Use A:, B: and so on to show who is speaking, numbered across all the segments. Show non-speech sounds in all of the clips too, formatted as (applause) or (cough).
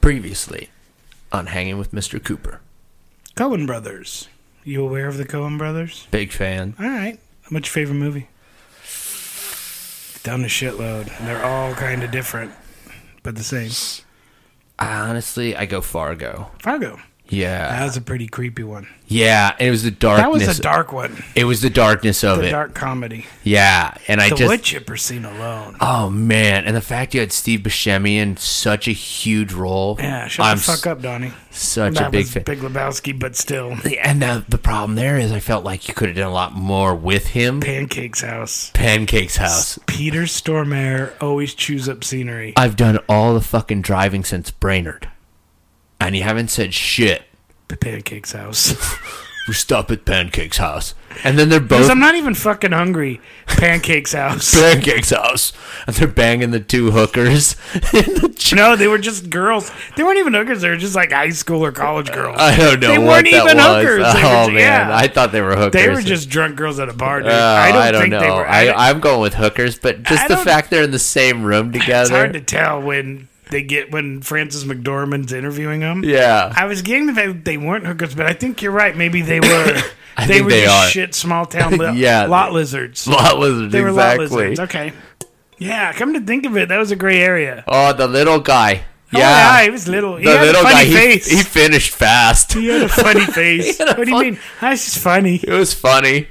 A: Previously on Hanging with Mr. Cooper.
B: Cohen Brothers. You aware of the Cohen Brothers?
A: Big fan.
B: All right. What's your favorite movie? Done a shitload. They're all kind of different, but the same.
A: I honestly, I go Fargo.
B: Fargo. That
A: Yeah.
B: was a pretty creepy one.
A: Yeah, and it was the
B: That
A: darkness.
B: was a dark one.
A: It was the darkness of
B: The
A: it.
B: dark comedy.
A: yeah, and I
B: The
A: just
B: wood chipper scene alone.
A: Oh man, and the fact you had Steve Buscemi in such a huge role.
B: Yeah, shut
A: I'm
B: the fuck up, Donnie.
A: Such
B: That
A: a big
B: was
A: fan.
B: Big Lebowski, but still.
A: And the, the problem there is, I felt like you could have done a lot more with him.
B: Pancake's house.
A: Pancake's house.
B: Peter Stormare always chews up scenery.
A: I've done all the fucking driving since Brainerd, and you haven't said shit.
B: Pancake's house.
A: We stop at Pancake's house, and then they're
B: Because
A: both
B: I'm not even fucking hungry. Pancake's house.
A: Pancake's house, and they're banging the two hookers (laughs) in the ch-
B: (laughs) No, they were just girls. They weren't even hookers. They were just like high school or college girls.
A: I don't know
B: They
A: what
B: weren't
A: that
B: even
A: was.
B: hookers. They were
A: (laughs) Oh
B: ju-
A: man,
B: yeah.
A: I thought they were hookers.
B: they were just drunk girls at a bar. Dude.
A: Uh,
B: I don't, think
A: know.
B: they were.
A: I, I'm going with hookers, but just the
B: don't-
A: fact they're in the same room
B: it's
A: together.
B: hard to tell when they get when Francis McDormand's interviewing them.
A: yeah,
B: I was getting the fact that they weren't hookers, but I think you're right. Maybe
A: (coughs)
B: they were.
A: I
B: they
A: think
B: were
A: they
B: just
A: are.
B: shit small town li-
A: (laughs) Yeah.
B: lot
A: (laughs)
B: lizards.
A: lot lizards
B: They were lot
A: exactly.
B: lizards. Okay. Yeah, come to think of it, that was a gray area.
A: Oh, the little guy.
B: Oh,
A: Yeah,
B: he was little. He
A: the
B: had
A: little
B: a funny
A: guy. he-
B: face.
A: He, finished fast.
B: He had a funny face.
A: had a
B: what do you
A: fun-
B: mean? That's just funny.
A: (laughs) It was funny.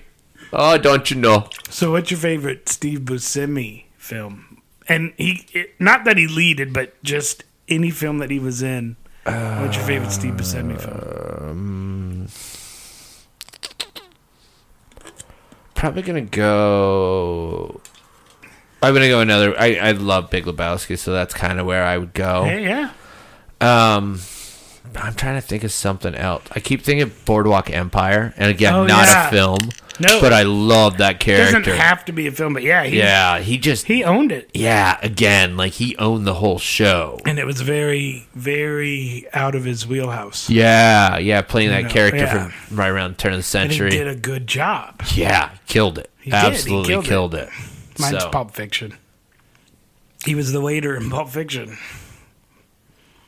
A: Oh, don't you know?
B: So, what's your favorite Steve Buscemi film? And he, it- not that he leaded, but just any film that he was in. what's your favorite Steve Buscemi
A: Uh,
B: film?
A: Probably gonna go. I'm gonna go another. I, I love Big Lebowski, so that's kind of where I would go.
B: Hey, yeah.
A: Um, I'm trying to think of something else. I keep thinking Boardwalk Empire, and again,
B: Oh,
A: not
B: yeah.
A: a film.
B: No.
A: but I love that character.
B: Doesn't have to be a film, but yeah, he,
A: yeah, he just
B: he owned it.
A: yeah. Again, like he owned the whole show.
B: And it was very, very out of his wheelhouse.
A: Yeah, yeah, playing that
B: No,
A: character
B: yeah.
A: from right around the turn of the
B: And he
A: century.
B: did a good job.
A: yeah, killed it.
B: He did, he
A: Absolutely
B: killed
A: killed,
B: it.
A: it.
B: Mine's
A: So-
B: Pulp Fiction. He was the waiter in Pulp Fiction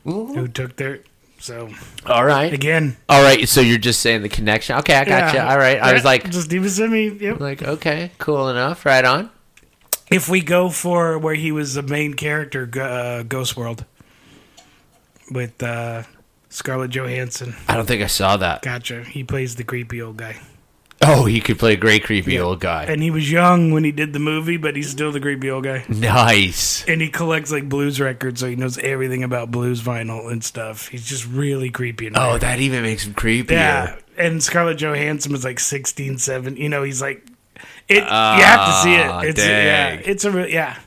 A: Mm-hmm.
B: who took their. So,
A: All right,
B: again.
A: all right. So you're just saying the connection? Okay, I got you. All right. I was
B: Yeah,
A: like,
B: just Steve Buscemi. Yep.
A: like okay, cool enough. Right on.
B: If we go for where he was the main character, G- uh, Ghost World, with uh, Scarlett Johansson.
A: I don't think I saw that.
B: Gotcha. He plays the creepy old guy.
A: Oh, he could play a great creepy old guy.
B: And he was young when he did the movie, but he's still the creepy old guy.
A: Nice.
B: And he collects like blues records, so he knows everything about blues vinyl and stuff. He's just really creepy. And
A: Oh,
B: weird.
A: that even makes him creepier.
B: yeah. And Scarlett Johansson was like 16, 7. You know, he's like, it. you have to see
A: Ah,
B: it. It's yeah,
A: dang.
B: it's a re- yeah,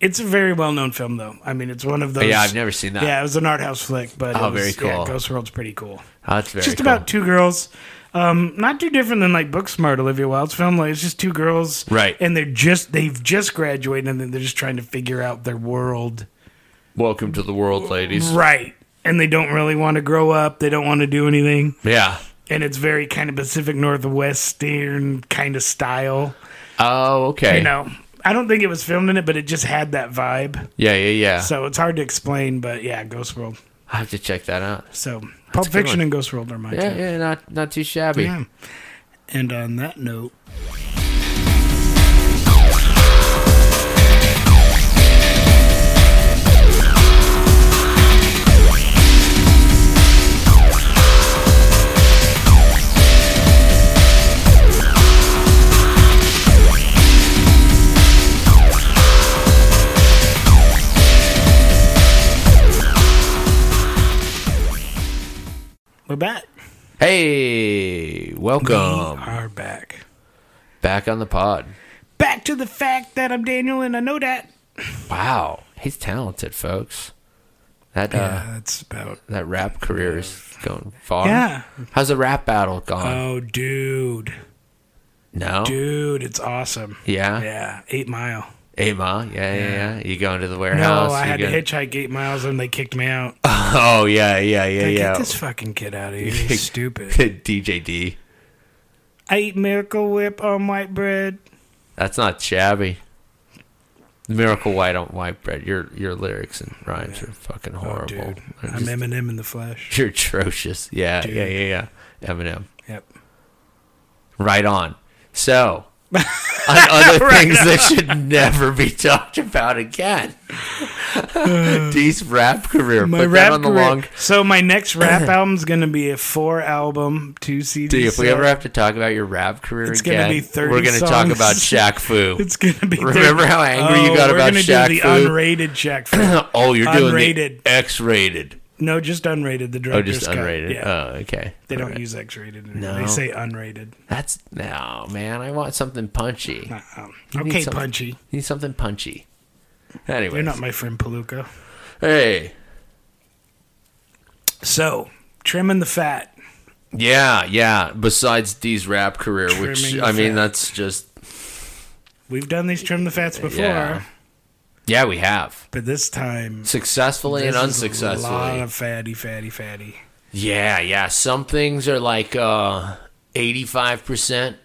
B: it's a very well known film though. I mean, it's one of those.
A: Yeah, I've never seen that.
B: Yeah, it was an art house flick, but
A: Oh,
B: it was,
A: very cool.
B: Yeah, Ghost World's pretty cool.
A: That's very
B: just
A: cool.
B: about two girls, um, not too different than like Booksmart, Olivia Wilde's film. Like it's just two girls,
A: Right.
B: And they're just they've just graduated, and then they're just trying to figure out their world,
A: Welcome to the world, ladies.
B: right? And they don't really want to grow up. They don't want to do anything,
A: Yeah.
B: and it's very kind of Pacific Northwestern kind of style.
A: Oh, okay.
B: You know, I don't think it was filmed in it, but it just had that vibe.
A: Yeah, yeah, yeah.
B: So it's hard to explain, but yeah, Ghost World.
A: I have to check that out.
B: So Pulp
A: a good
B: Fiction
A: one.
B: and Ghost World are my
A: Yeah,
B: two.
A: yeah, not not too shabby.
B: Yeah. And on that note, we're back.
A: Hey, welcome
B: we are back.
A: back on the pod.
B: Back to the fact that I'm Daniel and I know that.
A: Wow, he's talented, folks. That uh,
B: that's about.
A: that rap career is going far.
B: Yeah.
A: How's the rap battle gone?
B: Oh, dude.
A: no.
B: Dude, it's awesome.
A: Yeah.
B: Yeah, eight mile.
A: Hey, Ma. Yeah, yeah, yeah. You going to the
B: No,
A: warehouse?
B: I
A: You (laughs)
B: had
A: gonna-
B: to hitchhike eight miles and they kicked me out.
A: Oh yeah, yeah, yeah,
B: Like,
A: yeah.
B: Get this fucking kid out
A: (laughs)
B: of here.
A: kicked-
B: He's stupid.
A: DJD.
B: I eat Miracle Whip on white bread.
A: That's not shabby. Miracle White on White Bread. Your your lyrics and rhymes are fucking horrible.
B: Oh, dude.
A: They're
B: I'm
A: just-
B: Eminem in the
A: (laughs)
B: Flash.
A: you're atrocious. Yeah,
B: Dude.
A: yeah, yeah, yeah. Eminem.
B: Yep.
A: Right on.
B: (laughs)
A: So, on other things that should never be talked about
B: (sighs)
A: again. (laughs) Dee's rap career.
B: My
A: Put
B: rap
A: that on the
B: career.
A: long.
B: So
A: (laughs)
B: my next rap album's gonna be a four album, two CD.
A: Dude, if we
B: set.
A: ever have to talk about your rap career
B: It's gonna
A: again,
B: be 30
A: we're going to talk
B: songs.
A: about Shaq Fu.
B: (laughs) it's gonna be.
A: Remember how angry you
B: Oh,
A: got
B: we're
A: about
B: gonna
A: Shaq
B: do the
A: Fu?
B: unrated Shaq Fu.
A: (clears throat) oh, you're doing
B: Unrated.
A: the X-rated.
B: no, just unrated. The
A: Oh,
B: director's
A: just
B: cut.
A: unrated.
B: Yeah,
A: Oh, okay.
B: they don't
A: Alright.
B: use X-rated.
A: No.
B: No. They say unrated.
A: That's no, man. I want something punchy.
B: Um,
A: You need
B: okay,
A: something-
B: punchy.
A: Need something punchy.
B: You're
A: Anyway,
B: not my friend Palooka.
A: hey,
B: So trimming the fat.
A: yeah, yeah. Besides Dee's rap career, which
B: Trimming
A: I mean,
B: fat.
A: that's just
B: We've done these trim the fats before,
A: Yeah. yeah, we have
B: but this time
A: successfully
B: this
A: and
B: is A
A: unsuccessfully.
B: lot of fatty, fatty, fatty.
A: yeah, yeah. Some things are like uh eighty-five percent.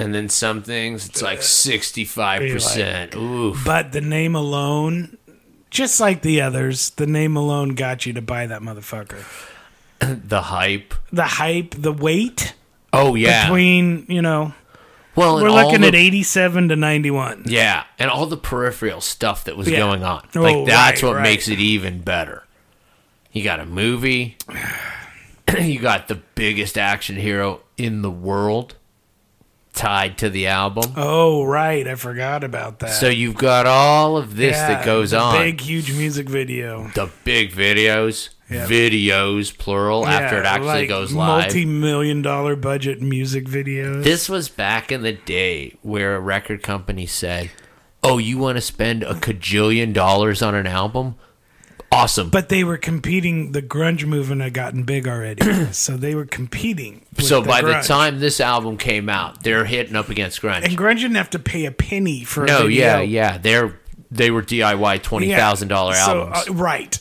A: And then some things, it's
B: Uh,
A: like sixty-five percent. Oof. (laughs)
B: But the name alone, just like the others, the name alone got you to buy that motherfucker.
A: the hype.
B: The hype, the weight
A: Oh yeah.
B: between, you know,
A: well, and
B: we're
A: all
B: looking
A: the-
B: at 87 to 91.
A: Yeah, and all the peripheral stuff that was
B: Yeah.
A: going on.
B: Oh,
A: Like that's
B: right,
A: what
B: right.
A: makes it even better. You got a movie. (clears throat) you got the biggest action hero in the world tied to the album.
B: Oh, right. I forgot about that.
A: So you've got all of this that
B: Yeah,
A: goes
B: the
A: on.
B: Big, huge music video.
A: the big videos,
B: Yeah.
A: videos plural after
B: Yeah,
A: it actually
B: like
A: goes live.
B: Multi million dollar budget music videos.
A: This was back in the day where a record company said, "Oh, you want to spend a cajillion dollars on an album? Awesome."
B: but they were competing. The grunge movement had gotten
A: (clears throat)
B: big already, so they were competing. with
A: so by the
B: grunge.
A: time this album came out, they're hitting up against grunge.
B: and grunge didn't have to pay a penny for a
A: No,
B: video.
A: yeah, yeah, they're they were DIY twenty thousand dollar
B: So,
A: albums. So,
B: uh, right,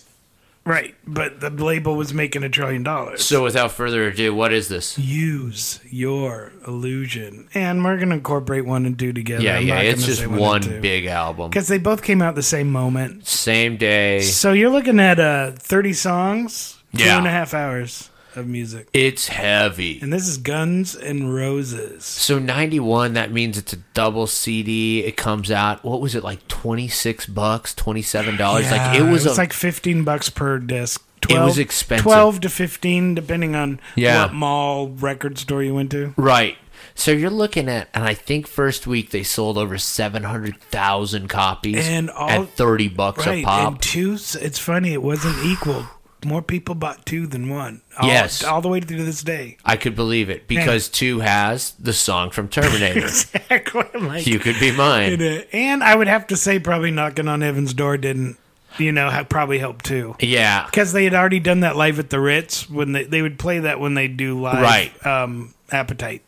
B: right. But the label was making a trillion dollars.
A: without further ado, what is this?
B: use your illusion, and we're gonna incorporate one and two together.
A: Yeah,
B: I'm
A: yeah,
B: not
A: it's
B: gonna
A: just
B: say
A: one big album,
B: because they both came out the same moment.
A: same day.
B: So you're looking at uh, thirty songs,
A: Yeah.
B: two and a half hours of music,
A: It's heavy.
B: and this is Guns and Roses.
A: So 91, that means it's a double CD. It comes out, what was it, like 26 bucks, $27? like it was, a,
B: like fifteen bucks per disc. 12,
A: It was expensive.
B: Twelve to fifteen, depending on
A: Yeah.
B: what mall record store you went to.
A: right. So you're looking at, and I think first week they sold over 700,000 copies
B: And all-
A: at 30 bucks a
B: Right,
A: pop.
B: and two. It's funny, it wasn't equal. More people bought two than one. All,
A: Yes.
B: all the way through this day. (laughs)
A: I could believe it because two has the song from
B: (laughs)
A: Terminator.
B: Exactly. Like,
A: you could be mine.
B: (laughs) and, uh, and I would have to say, probably knocking on Heaven's door didn't, you know, ha probably helped too.
A: Yeah.
B: Because they had already done that live at the Ritz when they, they would play that when they do live
A: Right.
B: um, Appetite.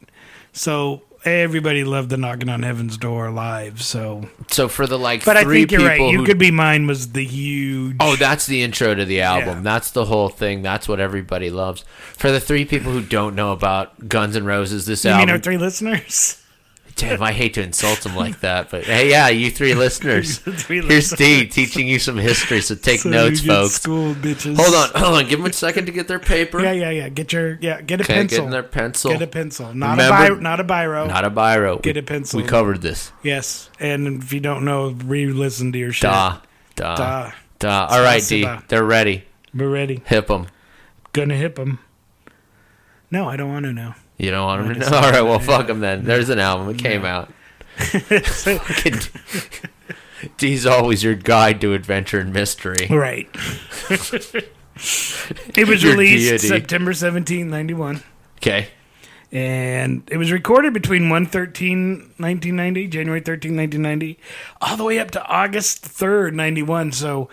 B: So everybody loved the knocking on Heaven's door live. So,
A: So for the like
B: but I
A: three
B: think you're right.
A: people
B: You
A: who
B: could be mine was the huge.
A: Oh, that's the intro to the album.
B: Yeah.
A: That's the whole thing. That's what everybody loves. For the three people who don't know about Guns N' Roses, this
B: you
A: album.
B: mean our three listeners.
A: damn, I hate to insult them like that, but hey, yeah, you
B: (laughs)
A: three listeners.
B: Three
A: Here's
B: listeners.
A: Dee teaching you some history, so (laughs) take
B: So
A: notes,
B: you get
A: folks.
B: School bitches.
A: Hold on, hold on. Give them a second to get their paper.
B: Yeah, yeah, yeah. Get your yeah. Get a
A: okay,
B: pencil.
A: get in their pencil.
B: Get a pencil. Not a
A: Remember-
B: bi- not a biro.
A: Not a biro.
B: Get
A: We-
B: a pencil.
A: We covered this.
B: yes. And if you don't know, re-listen to your shit.
A: Da, da, da.
B: Da.
A: All right,
B: us
A: Dee,
B: about-
A: they're ready.
B: We're ready.
A: Hip them.
B: Gonna hip them. No, I don't want to know.
A: You don't want them to
B: just
A: know. All right, well,
B: yeah,
A: fuck them then. There's an album. It came (laughs) out. Fucking D's always your guide to adventure and mystery.
B: right. it was
A: Your
B: released
A: deity.
B: September 17, 91.
A: Okay.
B: And it was recorded between 113, 1990, January 13, 1990, all the way up to August 3rd, 91. So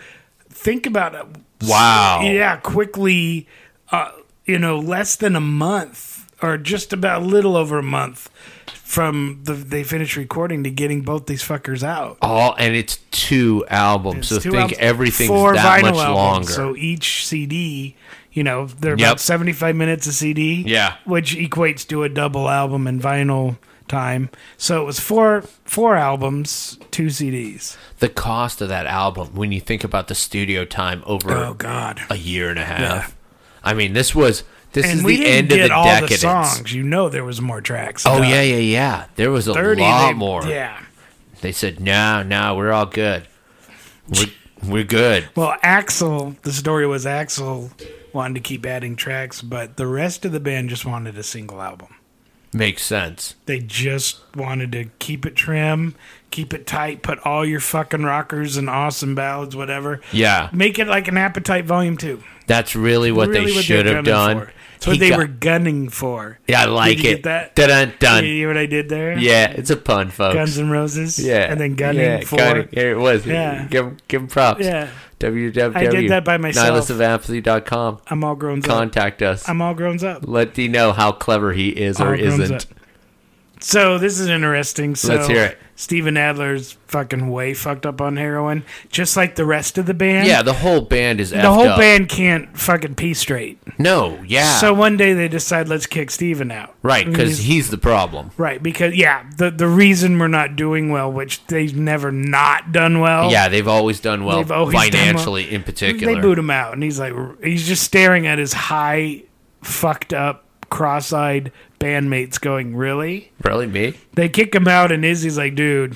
B: think about it.
A: Wow.
B: Yeah, quickly, uh, you know, less than a month or just about a little over a month from the they finished recording to getting both these fuckers out.
A: All and it's two albums. so
B: Two
A: think
B: albums,
A: everything's
B: four
A: that much
B: vinyl albums.
A: longer.
B: So each CD, you know, they're
A: Yep.
B: about 75 minutes a CD.
A: Yeah.
B: Which equates to a double album and vinyl time. So it was four four albums, two CDs.
A: The cost of that album, when you think about the studio time over
B: Oh God!
A: a year and a half. I mean, this was this
B: And
A: is
B: we
A: the
B: didn't
A: end of
B: get
A: the
B: all
A: decadence.
B: the songs. You know there was more tracks.
A: Oh
B: Duh.
A: yeah, yeah, yeah. There was a
B: thirty
A: lot
B: they-
A: more.
B: Yeah.
A: They said, "No, no, we're all good. We're, we're good."
B: Well, Axel. The story was Axel wanted to keep adding tracks, but the rest of the band just wanted a single album.
A: Makes sense.
B: They just wanted to keep it trim, keep it tight, put all your fucking rockers and awesome ballads, whatever.
A: Yeah,
B: Make it like an Appetite Volume Two.
A: that's really what
B: Really
A: they
B: what
A: should
B: they're
A: have
B: gunning
A: done.
B: for. It's what
A: He
B: they
A: got-
B: were gunning for.
A: Yeah, I like
B: Did you
A: it.
B: get that?
A: Dun dun.
B: You hear what I did there?
A: Yeah, it's a pun, folks.
B: Guns and Roses.
A: yeah,
B: And then gunning
A: yeah,
B: for.
A: gunning. Here it was.
B: Yeah.
A: Give 'em- give 'em props.
B: Yeah.
A: www.
B: I did that by myself.
A: nihilistofapathy.com.
B: I'm all grown up.
A: Contact us.
B: I'm all grown up.
A: Let D know how clever he is or
B: All grown
A: isn't.
B: up. So this is interesting. So
A: Let's hear it.
B: Steven Adler's fucking way fucked up on heroin, just like the rest of the band.
A: Yeah, the whole band is
B: The whole band can't fucking pee straight.
A: No, yeah,
B: So one day they decide let's kick Steven out.
A: right, because
B: He's-
A: he's the problem.
B: Right, because yeah, the the reason we're not doing well, which they've never not done well.
A: Yeah, they've always done well
B: Oh. They've always done well.
A: financially, in particular.
B: They boot him out, and he's like, he's just staring at his high, fucked up, cross eyed bandmates, going, Really?
A: Probably me.
B: They kick him out, and Izzy's like, Dude,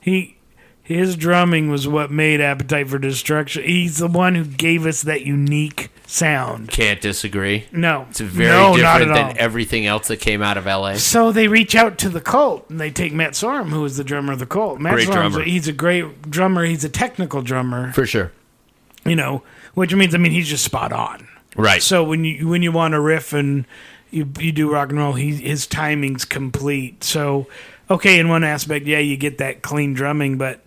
B: he. His drumming was what made Appetite for Destruction. He's the one who gave us that unique sound.
A: Can't disagree.
B: No,
A: It's very
B: no, not
A: different
B: at
A: than
B: all.
A: everything else that came out of LA.
B: So they reach out to the Cult and they take Matt Sorum, who is the drummer of the Cult. Matt
A: Great
B: Sorum's
A: drummer.
B: A, he's a great drummer. He's a technical drummer,
A: For sure.
B: you know, which means I mean he's just spot on.
A: Right.
B: So when you when you want to riff and you you do rock and roll, he his timing's complete. So okay, in one aspect, yeah, you get that clean drumming, but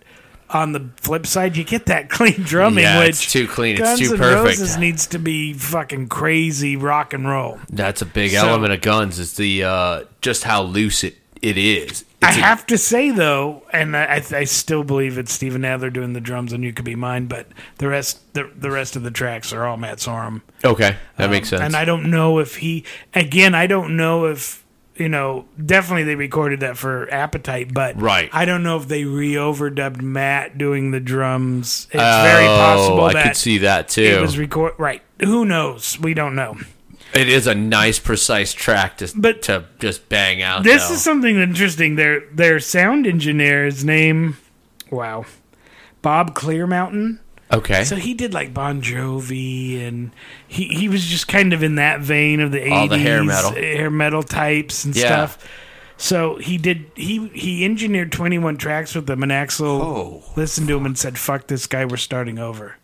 B: on the flip side, you get that (laughs) clean drumming,
A: yeah,
B: which
A: it's too clean. It's
B: Guns
A: too
B: N'
A: perfect.
B: Roses needs to be fucking crazy rock and roll.
A: That's a big
B: So-
A: element of Guns is the uh, just how loose it, it is.
B: I
A: It's a-
B: have to say though, and I, I still believe it's Steven Adler doing the drums on "You Could Be Mine," but the rest the, the rest of the tracks are all Matt Sorum.
A: okay, that makes sense.
B: Um, And I don't know if he again, I don't know if you know, definitely they recorded that for Appetite, but
A: Right.
B: I don't know if they re overdubbed Matt doing the drums. It's very possible
A: Oh, I
B: that
A: could see that too.
B: it was record right. Who knows? We don't know.
A: It is a nice, precise track to
B: But-
A: to just bang out.
B: This
A: though.
B: is something interesting. Their their sound engineer, his name Wow. Bob Clearmountain.
A: okay.
B: So he did like Bon Jovi, and he, he was just kind of in that vein of the eighties, eh,
A: All the hair metal.
B: hair metal types and
A: Yeah.
B: stuff. So he did he he engineered twenty one tracks with them, and Axel
A: Oh,
B: listened to him and said, "Fuck this guy, we're starting over."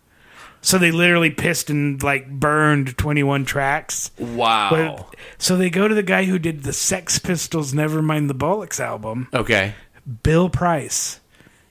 B: So they literally pissed and like burned twenty one tracks.
A: wow.
B: So they go to the guy who did the Sex Pistols "Nevermind the Bollocks" album,
A: okay.
B: Bill Price.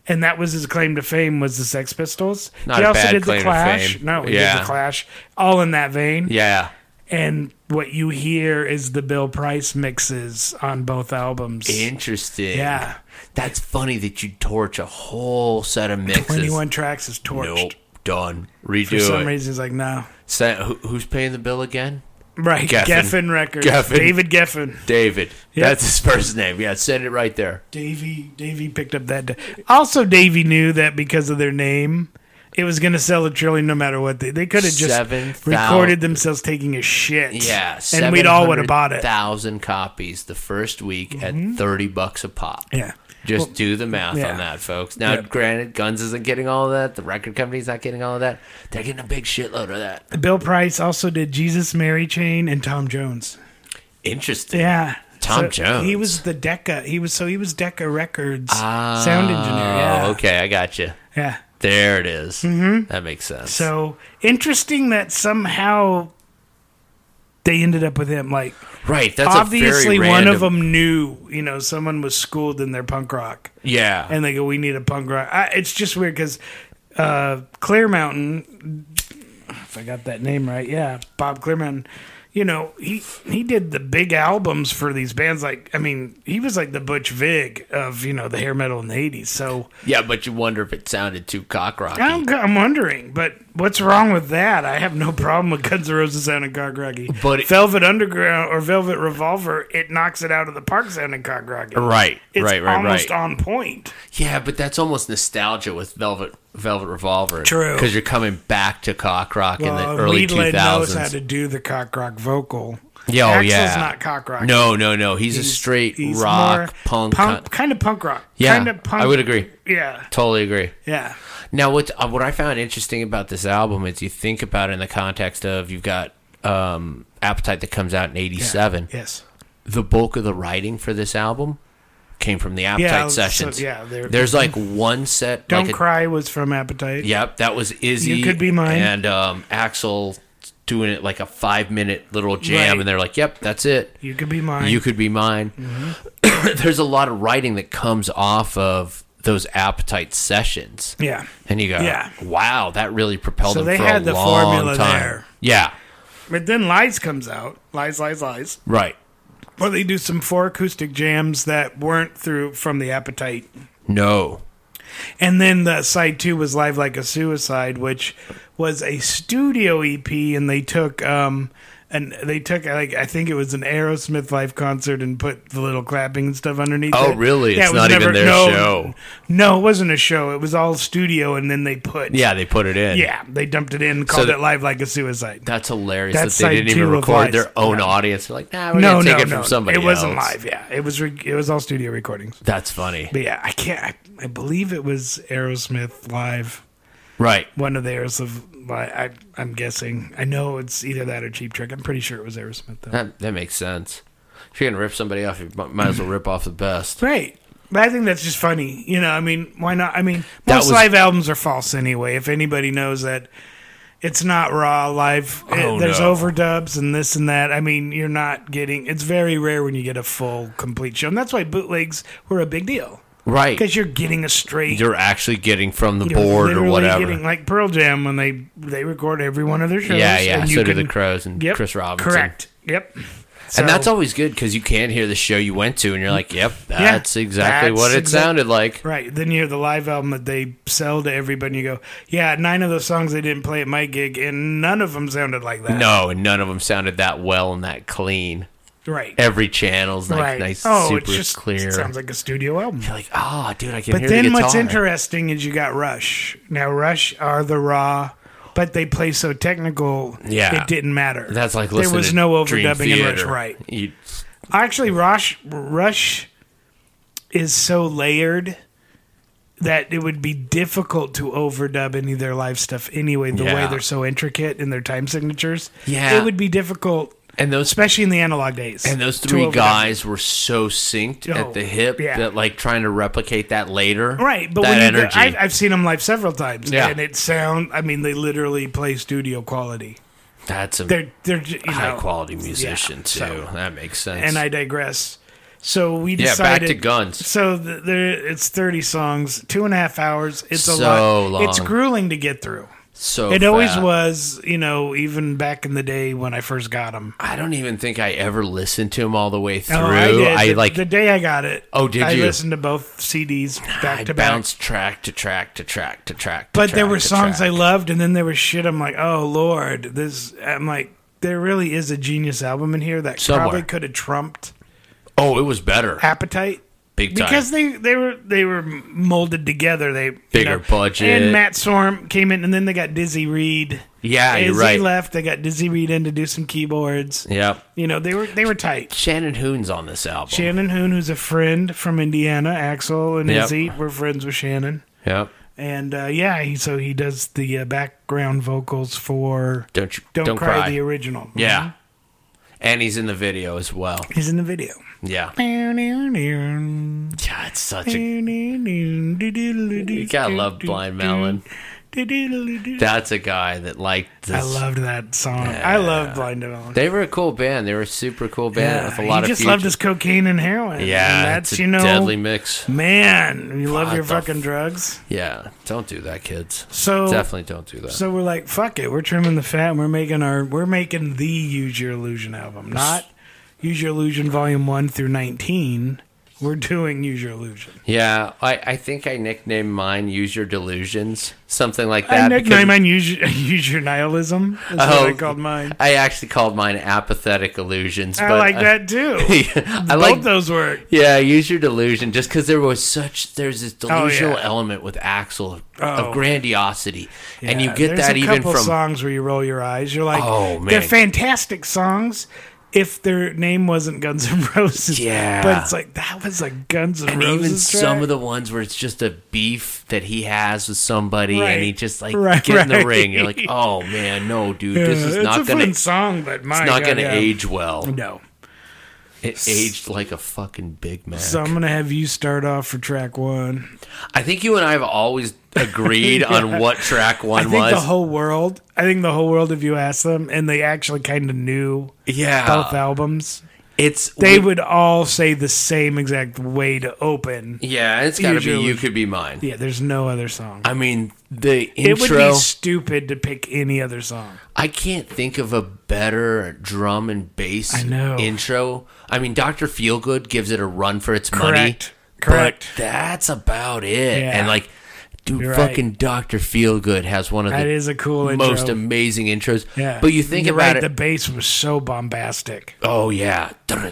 B: And that was his claim to fame was the Sex Pistols.
A: Not
B: he
A: a
B: also
A: bad
B: did
A: claim
B: the
A: to
B: Clash.
A: fame.
B: No, he did
A: Yeah.
B: the Clash. All in that vein.
A: Yeah.
B: And what you hear is the Bill Price mixes on both albums.
A: Interesting.
B: Yeah.
A: That's funny that you torch a whole set of mixes.
B: Twenty one tracks is torched.
A: Nope. Done.
B: For some
A: Redo it.
B: reason he's like, no.
A: Sa- who, who's paying the bill again?
B: Right.
A: Geffen.
B: Geffen, Records.
A: Geffen.
B: David Geffen.
A: David.
B: Yep.
A: That's his first name. Yeah, send it right there.
B: Davey Davey picked up that. Also Davey knew that because of their name. It was going to sell a trillion no matter what. They, they could have just
A: Seven thou-
B: recorded themselves taking a shit.
A: Yeah,
B: And we'd all would have bought it. Mm-hmm.
A: Thousand copies the first week at thirty bucks a pop.
B: Yeah.
A: Just do the math
B: yeah.
A: on that, folks. Now,
B: Yep.
A: granted, Guns isn't getting all of that. The record company's not getting all of that. They're getting a big shitload of that.
B: Bill Price also did Jesus, Mary Chain, and Tom Jones.
A: Interesting.
B: Yeah.
A: Tom
B: So
A: Jones.
B: He was the Decca. He was so he was Decca Records
A: Ah,
B: sound engineer. Yeah.
A: Okay, I got you.
B: Yeah.
A: There it is. Mm-hmm. That makes sense.
B: So interesting that somehow they ended up with him. Like
A: right. That's
B: obviously
A: a very
B: one of
A: random-
B: them knew. You know, someone was schooled in their punk rock.
A: Yeah.
B: and they go, "We need a punk rock." I, it's just weird because uh, Clear Mountain, if I got that name right, yeah, Bob Clear Mountain. You know, he he did the big albums for these bands. Like, I mean, he was like the Butch Vig of you know the hair metal in the '80s. So
A: yeah, but you wonder if it sounded too cock rocky.
B: I'm, I'm wondering, but What's wrong with that? I have no problem with Guns N' Roses sounding cock-groggy.
A: But it-
B: Velvet Underground or Velvet Revolver, it knocks it out of the park sounding cock-groggy.
A: Right,
B: It's
A: right, right,
B: almost
A: right.
B: on point.
A: Yeah, but that's almost nostalgia with Velvet Velvet Revolver.
B: True.
A: because you're coming back to cock rock in the
B: Well,
A: early two
B: Weedland Uh, knows how
A: thousands.
B: to do the cock rock vocal.
A: Yeah, oh,
B: Axl's
A: yeah.
B: not cock rock.
A: No, no, no. He's, a straight
B: He's more
A: rock punk.
B: punk kind of punk rock.
A: yeah,
B: kind of punk.
A: I would agree.
B: Yeah,
A: Totally agree.
B: yeah.
A: Now, what uh, what I found interesting about this album is you think about it in the context of you've got um, Appetite that comes out in '87.
B: Yes.
A: The bulk of the writing for this album came from the Appetite
B: Yeah, so-
A: sessions.
B: yeah, they're-
A: there's like one set.
B: Don't
A: like a-
B: cry was from Appetite.
A: Yep, that was Izzy.
B: You could be mine.
A: And um, Axel doing it like a five minute little jam,
B: Right.
A: and they're like, "Yep, that's it.
B: You could be mine.
A: You could be mine." (coughs)
B: Mm-hmm.
A: There's a lot of writing that comes off of those appetite sessions,
B: yeah.
A: and you go,
B: Yeah.
A: "Wow, that really propelled
B: So
A: them
B: they
A: for
B: had
A: a
B: the
A: long
B: formula
A: time."
B: there.
A: Yeah,
B: But then Lies comes out. Lies, lies, lies.
A: right.
B: Or they do some four acoustic jams that weren't through from the Appetite.
A: No,
B: And then the side two was Live Like a Suicide, which was a studio EP, and they took um and they took like I think it was an Aerosmith live concert and put the little clapping and stuff underneath.
A: Oh,
B: it.
A: really? It's
B: it was
A: not even their
B: no,
A: show.
B: No, it wasn't a show. It was all studio, and then they put
A: yeah, they put it in.
B: yeah, they dumped it in, called
A: the-
B: it Live Like a Suicide.
A: That's hilarious
B: That's
A: that they
B: side
A: didn't even
B: two of
A: record
B: Lies.
A: their own
B: No.
A: audience. They're like, nah, we're
B: no,
A: gonna Oh, take
B: no,
A: it from
B: no.
A: somebody.
B: it wasn't
A: else."
B: live. Yeah, it was. Re- it was all studio recordings.
A: That's funny,
B: But yeah, I can't. I, I believe it was Aerosmith live.
A: right?
B: one of the Aerosmith. I, I, I'm guessing. I know it's either that or Cheap Trick. I'm pretty sure it was Aerosmith though.
A: That that makes sense. If you're gonna rip somebody off, you mi- might as well rip off the best.
B: right. But I think that's just funny. You know, I mean, why not? I mean, most
A: That was-
B: live albums are false anyway. If anybody knows that, it's not raw live. It-
A: Oh,
B: there's
A: no.
B: overdubs and this and that. I mean, you're not getting. It's very rare when you get a full, complete show, and that's why bootlegs were a big deal
A: Right.
B: because you're getting a straight.
A: You're actually getting from the
B: you're
A: board or
B: literally
A: whatever.
B: getting like Pearl Jam when they they record every one of their shows.
A: yeah, yeah.
B: and
A: So
B: you
A: do the
B: can-
A: Crows and
B: Yep.
A: Chris Robinson.
B: Correct. Yep. So-
A: And that's always good because you can hear the show you went to, and you're like, "Yep, that's exactly
B: that's
A: what it
B: exac-
A: sounded like."
B: Right. Then you hear the live album that they sell to everybody. and You go, yeah, nine of those songs they didn't play at my gig, and none of them sounded like that.
A: No, and none of them sounded that well and that clean.
B: Right.
A: Every channel's like
B: right.
A: nice,
B: oh,
A: super
B: it's just
A: clear.
B: It sounds like a studio album.
A: you're like, "Ah, dude, I can
B: But
A: hear
B: then
A: the guitar."
B: what's interesting is you got Rush. Now Rush are the raw, but they play so technical.
A: Yeah.
B: It didn't matter.
A: That's like
B: there
A: listening
B: was
A: to
B: no
A: Dream
B: overdubbing in Rush.
A: Theater.
B: Right.
A: You-
B: Actually, Rush Rush is so layered that it would be difficult to overdub any of their live stuff anyway. The
A: Yeah.
B: way they're so intricate in their time signatures,
A: Yeah.
B: it would be difficult,
A: and those
B: especially in the analog days.
A: And those
B: to
A: three
B: overdubb.
A: guys were so synced at
B: Oh,
A: the hip
B: yeah.
A: that like trying to replicate that later.
B: right? But
A: that
B: when you
A: energy.
B: Go, I, I've seen them live several times,
A: Yeah.
B: and it sound. I mean, they literally play studio quality.
A: that's a
B: They're they're j- you
A: high
B: know,
A: quality musician too.
B: so-
A: that makes sense.
B: and I digress. So we
A: yeah,
B: decided.
A: back to guns.
B: So th there, it's thirty songs, two and a half hours. It's a
A: So
B: lot.
A: long.
B: It's grueling to get through.
A: So
B: it always
A: fat.
B: was, you know, even back in the day when I first got them.
A: I don't even think I ever listened to him all the way through.
B: No,
A: I,
B: Oh, did. the,
A: like
B: the day I got it.
A: Oh, did
B: I
A: you?
B: listened to both CDs back
A: I
B: to back.
A: bounced track to track to track to track. To
B: But there
A: track
B: were
A: to
B: songs
A: track.
B: I loved, and then there was shit. I'm like, oh lord, this. I'm like, there really is a genius album in here that
A: Somewhere.
B: probably could have trumped
A: Oh, it was better.
B: Appetite.
A: Big time.
B: because they they were they were molded together. They you
A: Bigger
B: know.
A: budget.
B: and Matt Storm came in, and then they got Dizzy Reed.
A: yeah, you're
B: Izzy
A: right.
B: left. They got Dizzy Reed in to do some keyboards.
A: Yep.
B: You know they were they were tight.
A: Shannon Hoon's on this album.
B: Shannon Hoon, who's a friend from Indiana, Axel and
A: Yep.
B: Izzy were friends with Shannon,
A: Yep.
B: and uh, yeah, he, so he does the uh, background vocals for
A: Don't you
B: "Don't,
A: don't,
B: Cry,
A: cry.
B: the original. Mm-hmm.
A: yeah. And he's in the video as well.
B: he's in the video.
A: Yeah. God, it's such a.
B: You
A: You gotta love Blind Melon. That's a guy that liked
B: I
A: this.
B: loved that song. I love Blind Melon.
A: they were a cool band. They were a super cool band
B: Yeah,
A: with a lot
B: he
A: of
B: just
A: future.
B: loved his cocaine and heroin.
A: yeah,
B: and that's
A: it's a
B: you know,
A: deadly mix.
B: man, you love
A: What
B: your
A: the f-
B: fucking drugs.
A: Yeah, don't do that, kids.
B: So
A: Definitely don't do that.
B: So we're like, fuck it, we're trimming the fat. And we're making our we're making the Use Your Illusion album, not Use Your Illusion Volume One through nineteen. We're doing Use Your Illusion.
A: Yeah, I, I think I nicknamed mine "Use Your Delusions," something like
B: I
A: that.
B: nicknamed
A: because
B: mine Use, (laughs) Your- Use Your Nihilism. That's what I
A: Oh.
B: called mine.
A: I actually called mine "Apathetic Illusions."
B: I
A: but (laughs)
B: like
A: uh,
B: that too.
A: I
B: Both
A: like
B: those work.
A: Yeah, use your delusion. Just because there was such, there's this delusional
B: Oh, yeah.
A: element with Axel of,
B: Oh.
A: of grandiosity, and you
B: Yeah,
A: get
B: there's
A: that
B: a
A: even
B: couple
A: from
B: songs where you roll your eyes. You're like,
A: Oh, man.
B: they're fantastic songs. If their name wasn't Guns N' Roses,
A: Yeah.
B: but it's like that was like Guns N'
A: and
B: Roses.
A: even some
B: track.
A: of the ones where it's just a beef that he has with somebody,
B: Right.
A: and he just like
B: Right,
A: get in the
B: right.
A: ring. You're
B: (laughs)
A: like, oh man, no, dude,
B: Yeah,
A: this is
B: it's a
A: not gonna,
B: fun
A: it's
B: song, but my
A: not
B: God,
A: gonna
B: yeah.
A: age well.
B: No,
A: It aged like a fucking Big Mac.
B: so I'm gonna have you start off for track one.
A: I think you and I have
B: (laughs)
A: always agreed on what track
B: I
A: one
B: think
A: was.
B: the whole world. I think the whole world. If you asked them, and they actually kind of knew both
A: yeah,
B: albums,
A: it's
B: they
A: Uh, we-
B: would all say the same exact way to open.
A: yeah, it's gotta
B: Use Your
A: be you
B: Illusion.
A: could be mine.
B: Yeah, there's no other song.
A: I mean, the
B: It would
A: intro.
B: be stupid to pick any other song.
A: I can't think of a better drum and bass
B: I know.
A: intro. I mean, Doctor Feelgood gives it a run for its money.
B: Correct. Correct.
A: But that's about it.
B: Yeah.
A: And like, dude,
B: You're right.
A: fucking Doctor Feelgood has one of
B: That
A: the
B: is a cool intro.
A: most amazing intros.
B: yeah.
A: But you think
B: You're
A: about
B: right,
A: it.
B: the bass was so bombastic.
A: Oh yeah, (laughs)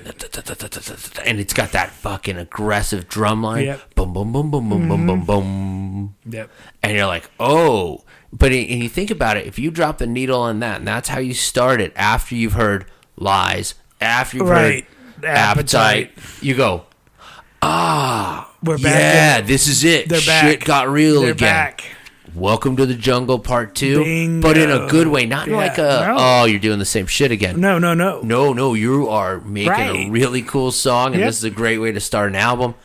A: and it's got that fucking aggressive drum line.
B: Yep.
A: Boom, boom, boom, boom, boom, boom, boom, boom.
B: Yep.
A: and you're like, oh. But i- and you think about it, if you drop the needle on that, and that's how you start it after you've heard lies, after you've
B: Right.
A: heard appetite, you go, "Ah,
B: We're back.
A: yeah,
B: in-
A: this is it.
B: They're back.
A: Shit got real
B: They're
A: again.
B: back.
A: Welcome to the jungle, part two, but in a
B: Bingo.
A: good way, not in
B: Yeah,
A: like a
B: no.
A: oh, you're doing the same shit again.
B: No, no, no.
A: No, no, you are making
B: Right.
A: a really cool song, and
B: Yep.
A: this is a great way to start an album.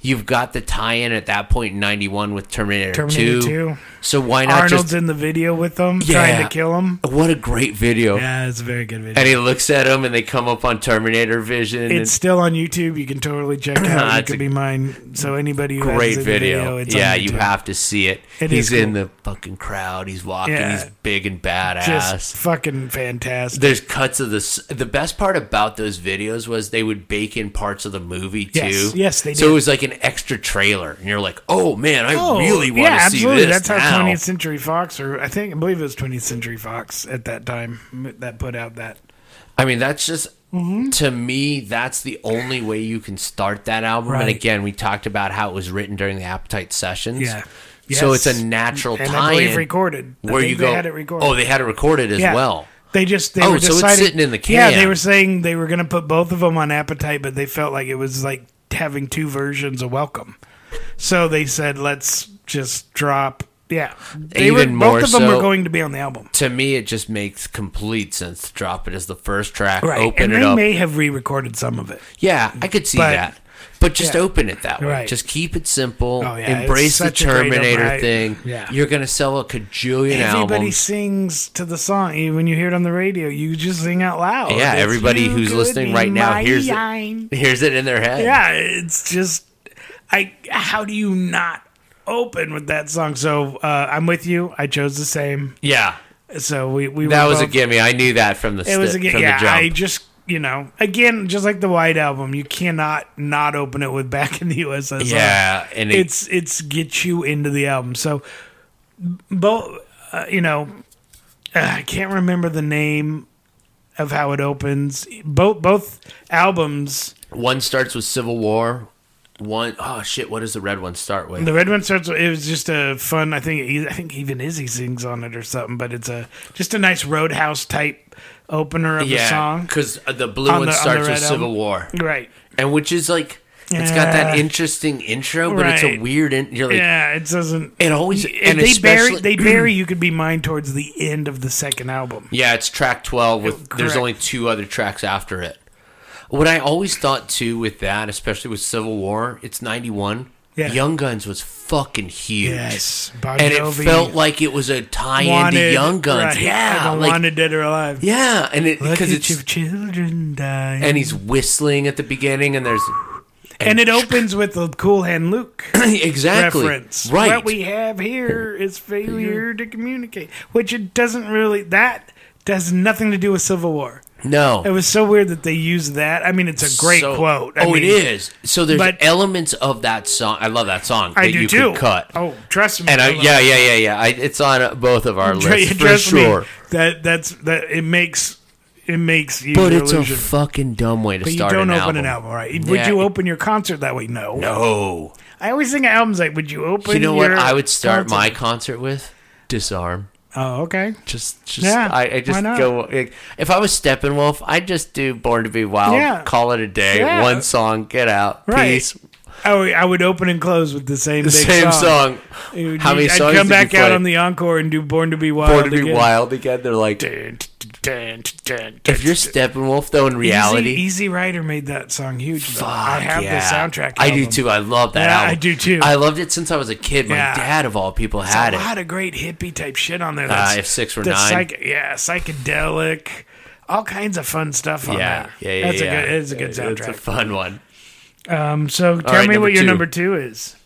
A: You've got the tie-in at that point in '91 with Terminator,
B: Terminator
A: 2.
B: 2.
A: So why not
B: Arnold's
A: just
B: in the video with them,
A: Yeah.
B: trying to kill him.
A: What a great video.
B: Yeah, it's a very good video.
A: And he looks at him and they come up on Terminator Vision.
B: it's
A: It's
B: still on YouTube. You can totally
A: (clears throat)
B: check out. It
A: That's
B: could
A: a
B: be mine. So anybody who
A: a
B: has
A: great
B: the
A: video.
B: it's on
A: yeah, you
B: YouTube.
A: have to see it.
B: It
A: he's
B: is cool.
A: in the fucking crowd. He's walking.
B: Yeah.
A: He's big and
B: just
A: badass.
B: fucking fantastic.
A: There's cuts of this. The best part about those videos was they would bake in parts of the movie too.
B: Yes, yes, they
A: So
B: did.
A: it was like an extra trailer, and you're like, "Oh man, I really want to
B: yeah,
A: see
B: absolutely.
A: this
B: That's
A: now."
B: how 20th Century Fox, or I think I believe it was 20th Century Fox at that time m- that put out that.
A: I mean, that's just
B: Mm-hmm.
A: to me. That's the only way you can start that album. And
B: Right.
A: again, we talked about how it was written during the Appetite sessions.
B: Yeah.
A: So
B: Yes.
A: it's a natural
B: And I believe
A: tie-in
B: recorded. I
A: where
B: think
A: you
B: they
A: go.
B: had it recorded.
A: Oh, they had it recorded as
B: Yeah.
A: well.
B: They just they
A: Oh,
B: were
A: so it's
B: deciding,
A: sitting in the
B: Yeah, they
A: can.
B: were saying they were going to put both of them on Appetite, but they felt like it was like having two versions of Welcome. So they said, let's just drop. Yeah, they
A: Even
B: were,
A: more
B: both of them were
A: so-
B: going to be on the album.
A: To me, it just makes complete sense to drop it as the first track.
B: Right,
A: Open
B: and
A: it
B: they
A: up.
B: may have re-recorded some of it.
A: yeah, I could see
B: but-
A: that. But just
B: yeah.
A: open it that way.
B: Right.
A: Just keep it simple.
B: Oh, yeah, it's
A: Embrace the
B: such a great
A: Terminator
B: album. I-
A: thing.
B: yeah.
A: You're gonna sell a cajillion
B: Everybody
A: albums.
B: sings to the song E- when you hear it on the radio. You just sing out loud.
A: Yeah,
B: It's,
A: everybody
B: "You
A: who's
B: could
A: listening
B: be
A: right now hears it.
B: mine."
A: (laughs) Here's it in their head.
B: Yeah, it's just I. How do you not open with that song? So uh, I'm with you. I chose the same.
A: Yeah.
B: So we we
A: That
B: were
A: was a
B: both-
A: gimme. I knew that from the
B: It was a
A: from
B: game.
A: the
B: Yeah,
A: jump.
B: I just you know again just like the White Album, you cannot not open it with Back in the USSR.
A: yeah, and it,
B: it's it's get you into the album. So, both uh, you know, uh, I can't remember the name of how it opens. Both both albums.
A: one starts with Civil War. One oh shit, what does the red one start with?
B: The red one starts. with- It was just a fun. I think I think even Izzy sings on it or something. But it's a just a nice roadhouse type opener of the
A: yeah,
B: song.
A: because the blue
B: On
A: one
B: the- on the
A: starts with
B: red
A: Civil
B: album.
A: War,
B: Right.
A: and which is like it's got that
B: Yeah.
A: interesting intro, but it's a
B: Right.
A: weird. In, you're like
B: Yeah. It doesn't.
A: it always and
B: they bury
A: especially (clears throat)
B: they bury you could be mine towards the end of the second album.
A: yeah, it's track twelve. With there's
B: Correct.
A: only two other tracks after it. What I always thought too with that, especially with Civil War, it's ninety one.
B: Yeah.
A: Young Guns was fucking huge.
B: Yes, Bon
A: and it
B: Jovi.
A: felt like it was a tie into
B: wanted
A: Young Guns.
B: right,
A: Yeah,
B: I
A: like
B: wanted dead or alive.
A: yeah, and it
B: Look
A: because
B: at
A: it's
B: your children die.
A: and he's whistling at the beginning, and there's
B: and it opens with the Cool Hand Luke
A: (clears throat) exactly
B: reference.
A: right.
B: What we have here is failure to communicate, which it doesn't really. That has nothing to do with Civil War. It
A: No.
B: was so weird that they used that. I mean, it's a great
A: So-
B: quote. I
A: oh, it
B: mean,
A: is. So there's
B: but-
A: elements of that song. I love that song
B: I
A: that
B: do
A: you
B: too.
A: could cut.
B: Oh, trust me.
A: And I,
B: love
A: yeah, yeah, yeah, yeah. I, it's on uh, both of our
B: Tr-
A: lists for
B: (laughs) trust
A: sure.
B: me, that that's that it makes it makes you
A: But
B: your
A: it's
B: illusion.
A: a fucking dumb way to
B: but you
A: start
B: don't
A: an
B: open
A: album.
B: an album, right? Would
A: Yeah.
B: you open your concert that way? No.
A: No.
B: I always think of albums like, would you open?
A: You know what?
B: your
A: I would start my
B: concert?
A: concert with disarm.
B: Oh, okay.
A: Just, just
B: Yeah,
A: I, I just
B: why not?
A: go. like, If I was Steppenwolf, I'd just do "Born to Be Wild."
B: Yeah.
A: Call it a day.
B: Yeah.
A: One song. Get out.
B: Right.
A: Peace.
B: Oh, I would open and close with the same
A: The
B: big
A: same
B: song.
A: song.
B: It would
A: How
B: be-
A: many
B: I'd
A: songs
B: come
A: did
B: back
A: you
B: out
A: play?
B: on the encore and do "Born to Be Wild."
A: "Born to Be
B: again.
A: Wild" again. They're like, if you're Steppenwolf, though, in reality,
B: Easy, Easy Rider made that song huge. though.
A: fuck,
B: I have
A: yeah.
B: the soundtrack.
A: I do
B: album.
A: too. I love that
B: Yeah,
A: album.
B: I do too.
A: I loved it since I was a kid. My
B: Yeah.
A: dad, of all people, had
B: a
A: it.
B: lot of great hippie type shit on there.
A: Uh,
B: That's,
A: if six were
B: that's
A: nine.
B: psych- yeah, psychedelic, all kinds of fun stuff on
A: yeah,
B: that.
A: yeah, yeah.
B: oh, that's
A: yeah.
B: a good, it's a good
A: It's
B: soundtrack.
A: a fun one.
B: um, so tell
A: right,
B: me
A: number
B: what your
A: two.
B: number two is.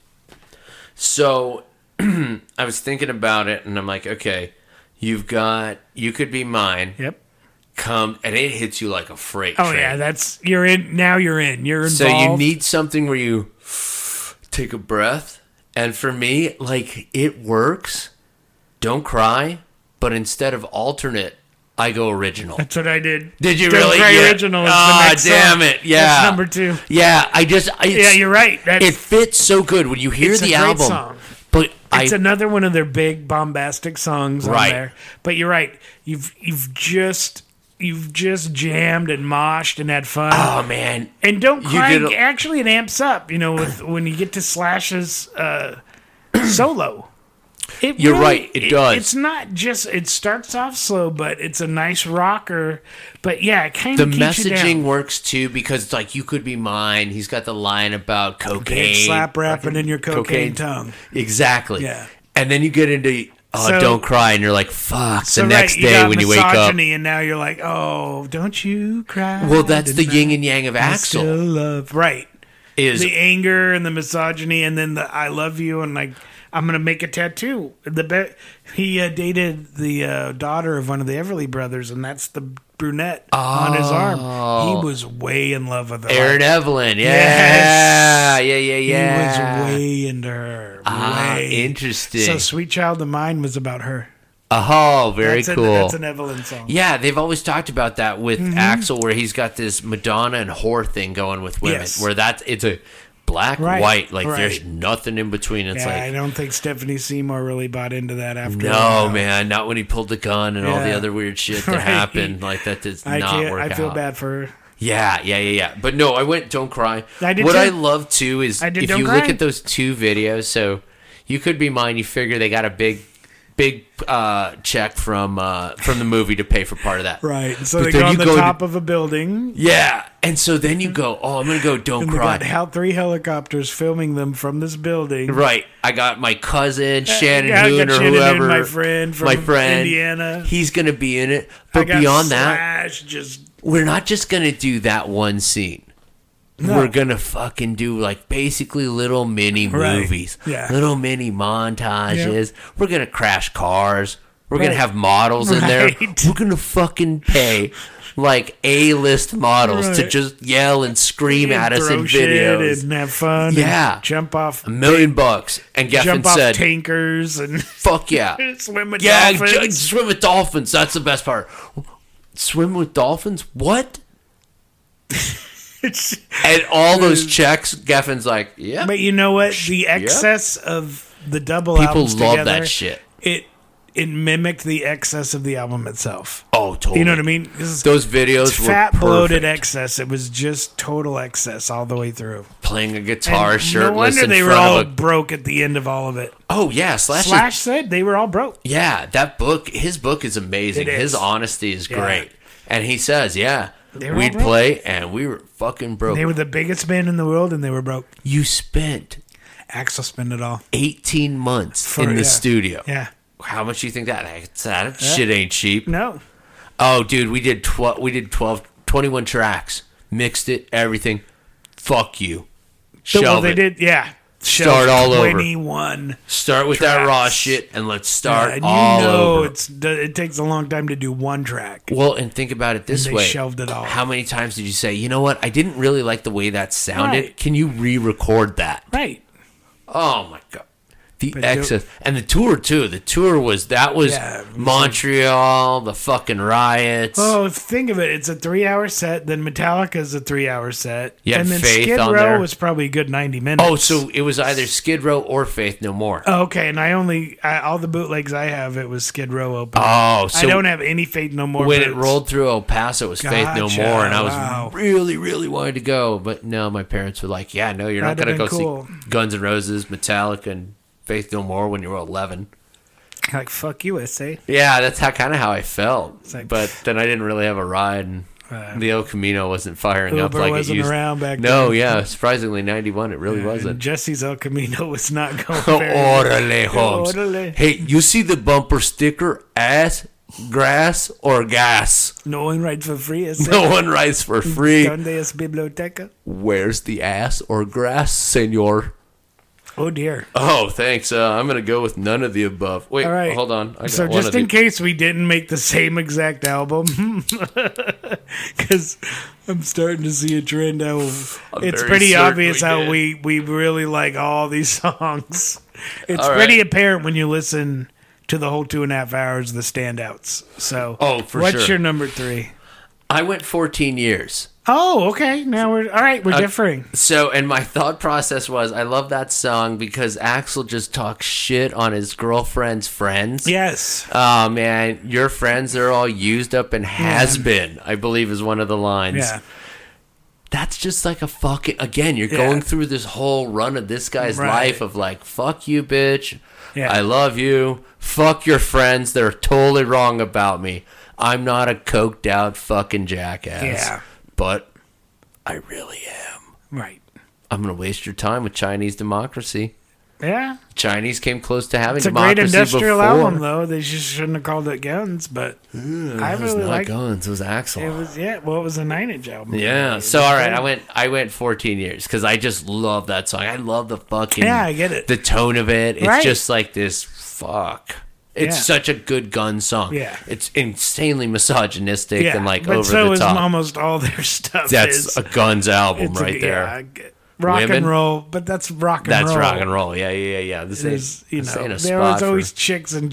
A: So (clears throat) I was thinking about it, and I'm like, okay, you've got you could be mine.
B: Yep.
A: Come and it hits you like a freight
B: Oh
A: train.
B: yeah, that's you're in now. You're in. You're involved.
A: so you need something where you take a breath, and for me, like it works. Don't cry, but instead of alternate, I go
B: (laughs)
A: original.
B: That's what I did.
A: Did you
B: Don't
A: really?
B: Cry
A: Yeah.
B: original. Is
A: Ah,
B: the next
A: damn
B: song.
A: it, yeah.
B: That's number two.
A: Yeah, I just I,
B: Yeah, you're right. That's,
A: It fits so good when you hear
B: It's a
A: the
B: great
A: album,
B: song.
A: but I
B: It's another one of their big bombastic songs
A: Right.
B: on there. But you're right. You've you've just you've just jammed and moshed and had fun.
A: oh man,
B: and don't
A: you
B: cry.
A: did a-
B: actually, it amps up. You know, with when you get to Slash's
A: (clears throat)
B: uh, solo. It
A: You're right, it does.
B: It's not just. It starts off slow, but it's a nice rocker. But yeah, it kind
A: the
B: of keeps you down.
A: messaging works too because it's like you could be mine. He's got the line about cocaine,
B: Big slap rapping in your cocaine,
A: cocaine.
B: tongue.
A: exactly.
B: Yeah.
A: and then you get into oh,
B: So-
A: don't cry, and you're like, fuck.
B: So,
A: the
B: right,
A: next
B: you
A: day
B: got
A: when you wake up,
B: misogyny, and now you're like, oh, don't you cry?
A: well, that's the yin and yang of
B: I
A: Axel.
B: still love right.
A: is
B: the anger and the misogyny, and then the I love you, and like I'm gonna make a tattoo. The be- he uh, dated the uh, daughter of one of the Everly brothers, and that's the brunette on his
A: Oh.
B: arm. He was way in love with her.
A: Aaron Evelyn? Yeah,
B: Yes.
A: yeah, yeah,
B: he
A: yeah.
B: was way into her.
A: Ah,
B: way.
A: interesting.
B: So "Sweet Child of Mine" was about her.
A: oh, very
B: that's
A: cool.
B: An, that's Mm-hmm. an Evelyn song.
A: Yeah, they've always talked about that with Axel, where he's got this Madonna and whore thing going with women,
B: Yes.
A: where that's it's a black
B: Right,
A: white, like there's
B: right.
A: nothing in between. It's
B: Yeah, I
A: like
B: don't think Stephanie Seymour really bought into that after. all,
A: no, man, not when he pulled the gun and all the
B: Yeah.
A: other weird shit that
B: (laughs) Right.
A: happened. Like that does
B: I
A: not
B: can't.
A: work
B: I feel
A: out.
B: bad for her.
A: Yeah, yeah, yeah, yeah. But no, I went. Don't cry.
B: I did
A: what
B: too.
A: I love too is
B: I did
A: if
B: Don't
A: you look
B: Cry.
A: at those two videos. So you could be mine. You figure they got a big, big uh, check from uh, from the movie to pay for part of that.
B: Right. So
A: But
B: they
A: then
B: go on
A: you
B: the
A: go to-
B: top of a building.
A: Yeah. And so then
B: (laughs)
A: you go, oh, I'm going to go, don't
B: And they got
A: cry.
B: hel- three helicopters filming them from this building.
A: Right. I got my cousin, Shannon
B: yeah, I got
A: Hoon, or
B: Shannon Hoon,
A: whoever.
B: my friend from
A: my friend.
B: Indiana.
A: He's going to be in it.
B: I
A: But
B: got
A: beyond that,
B: Slash, just
A: we're not just going to do that one scene.
B: No.
A: We're going to fucking do like basically little mini
B: Right.
A: movies,
B: Yeah.
A: little mini montages. We're going to crash cars. We're going to have models in there.
B: Right.
A: We're going to fucking pay like A list models to
B: Right.
A: just yell and scream at us in
B: throw shit
A: videos.
B: and have fun. and
A: Yeah.
B: jump off,
A: A million bucks. And Geffen
B: jump off
A: said,
B: tankers and (laughs)
A: fuck yeah.
B: swim with
A: yeah,
B: dolphins.
A: j- swim with dolphins. That's the best part. Swim with dolphins?
B: (laughs)
A: What?
B: It's-
A: And all those checks, Geffen's like, yeah.
B: but you know what? The excess of the double
A: People
B: albums
A: love
B: together,
A: that shit.
B: It it mimicked the excess of the album itself.
A: Oh, totally.
B: You know what I mean? This is-
A: Those videos were
B: fat bloated
A: perfect.
B: excess. It was just total excess all the way through.
A: Playing a guitar
B: And
A: shirtless
B: no wonder
A: in
B: they were
A: front
B: all
A: of a.
B: broke at the end of all of it.
A: Oh yeah, Slash. is-
B: Slash said they were all broke.
A: yeah, that book. His book is amazing.
B: It
A: His
B: is.
A: honesty is
B: Yeah.
A: great. And he says, yeah,
B: were all
A: we'd
B: broke.
A: play and we were fucking broke.
B: They were the biggest band in the world, and they were broke.
A: you spent
B: Axel spent it all
A: 18 months
B: For-
A: in the
B: yeah.
A: studio.
B: Yeah,
A: How much do you think that? That shit ain't cheap.
B: no,
A: Oh, dude, we did twelve. We did 12, 21 tracks, mixed it, everything. Fuck you.
B: The-
A: Shelve
B: well, they
A: it.
B: did. Yeah,
A: Start all over.
B: Twenty-one.
A: Start with that raw
B: Tracks.
A: shit and let's
B: Uh,
A: start
B: you
A: all
B: know
A: over.
B: it's it takes a long time to do one track.
A: Well, and think about it this
B: they
A: way:
B: shelved it all.
A: How many times did you say, "You know what? I didn't really like the way that sounded.
B: Right.
A: Can you re-record that?"
B: Right.
A: Oh my god, the
B: do-
A: excess and the tour too. The tour was that was
B: Yeah, it was
A: Montreal, the fucking riots.
B: Oh, think of it. It's a three-hour set. Then Metallica's a three-hour set.
A: You had
B: and then
A: Faith
B: Skid
A: on
B: Row
A: there.
B: was probably a good ninety minutes.
A: Oh, so it was either Skid Row or Faith No More.
B: Oh, okay. And I only I, all the bootlegs I have it was Skid Row open.
A: Oh, so
B: I don't have any Faith No More.
A: when it
B: boots.
A: rolled through El Paso, it was Faith No
B: Gotcha,
A: More, and I was
B: wow.
A: really, really wanted to go, but no, my parents were like, "Yeah, no, you're not
B: That'd
A: going to go
B: have been cool.
A: see Guns N' Roses, Metallica, and Faith No More when you were 11."
B: like fuck USA.
A: Yeah, that's how kind of how I felt.
B: like-
A: but then I didn't really have a ride, and
B: Right.
A: the El Camino wasn't firing up
B: Uber
A: like
B: wasn't
A: it used.
B: around back
A: no, yeah, surprisingly, ninety-one, it really
B: And
A: wasn't.
B: Jesse's El Camino
A: (laughs)
B: was not going very well.
A: Orale, Holmes.
B: Orale.
A: Hey, you see the bumper sticker? Ass, grass, or gas?
B: No one rides for free. Is it?
A: No one rides for free.
B: Donde es biblioteca?
A: Where's the ass or grass, senor?
B: Oh dear.
A: Oh, thanks. Uh, I'm gonna go with none of the above. Wait,
B: All right.
A: hold on. I got
B: so
A: one
B: just
A: of
B: in
A: the-
B: case we didn't make the same exact album, (laughs) because I'm starting to see a trend. How it's
A: very
B: pretty
A: certain
B: obvious
A: we
B: how
A: did.
B: we we really like all these (laughs) songs. It's
A: All
B: pretty
A: right.
B: apparent when you listen to the whole two and a half hours. The standouts. So
A: Oh, for
B: what's
A: sure.
B: your number three?
A: I went 14 years.
B: Oh, okay. Now we're all right. We're
A: Uh, (laughs)
B: differing.
A: So, and my thought process was, I love that song because Axel just talks shit on his girlfriend's friends.
B: Yes.
A: Oh man, your friends are all used up and has been. I believe is one of the lines.
B: Yeah.
A: That's just like a fucking. Again, you're
B: Yeah.
A: going through this whole run of this guy's
B: Right.
A: life of like, fuck you, bitch.
B: Yeah.
A: I love you. Fuck your friends. They're totally wrong about me. I'm not a coked out fucking jackass.
B: Yeah.
A: But I really am.
B: Right.
A: I'm going to waste your time with Chinese democracy.
B: Yeah.
A: Chinese came close to having
B: It's a
A: democracy
B: great industrial
A: before.
B: album, though. They just shouldn't have called it Guns, but I
A: It was
B: really
A: not
B: like it.
A: Guns. It was Axel.
B: Was yeah, well, it was a nine inch album.
A: yeah. So all right, I went. I went 14 years because I just love that song. I love the fucking.
B: Yeah, I get it.
A: The tone of it. It's
B: Right.
A: just like this. Fuck. It's
B: Yeah.
A: such a good gun song.
B: Yeah.
A: It's insanely misogynistic
B: yeah,
A: and like
B: but
A: over
B: so
A: the
B: is
A: top.
B: almost all their (laughs) stuff.
A: That's
B: is,
A: a guns
B: (laughs)
A: album
B: it's a-
A: right
B: yeah, I
A: there.
B: get- rock
A: Women?
B: and roll, but that's rock and
A: That's
B: roll.
A: rock and roll. Yeah, yeah, yeah. yeah. This
B: There's,
A: is
B: you
A: this ain't
B: know,
A: a
B: there
A: spot
B: was
A: for-
B: always chicks and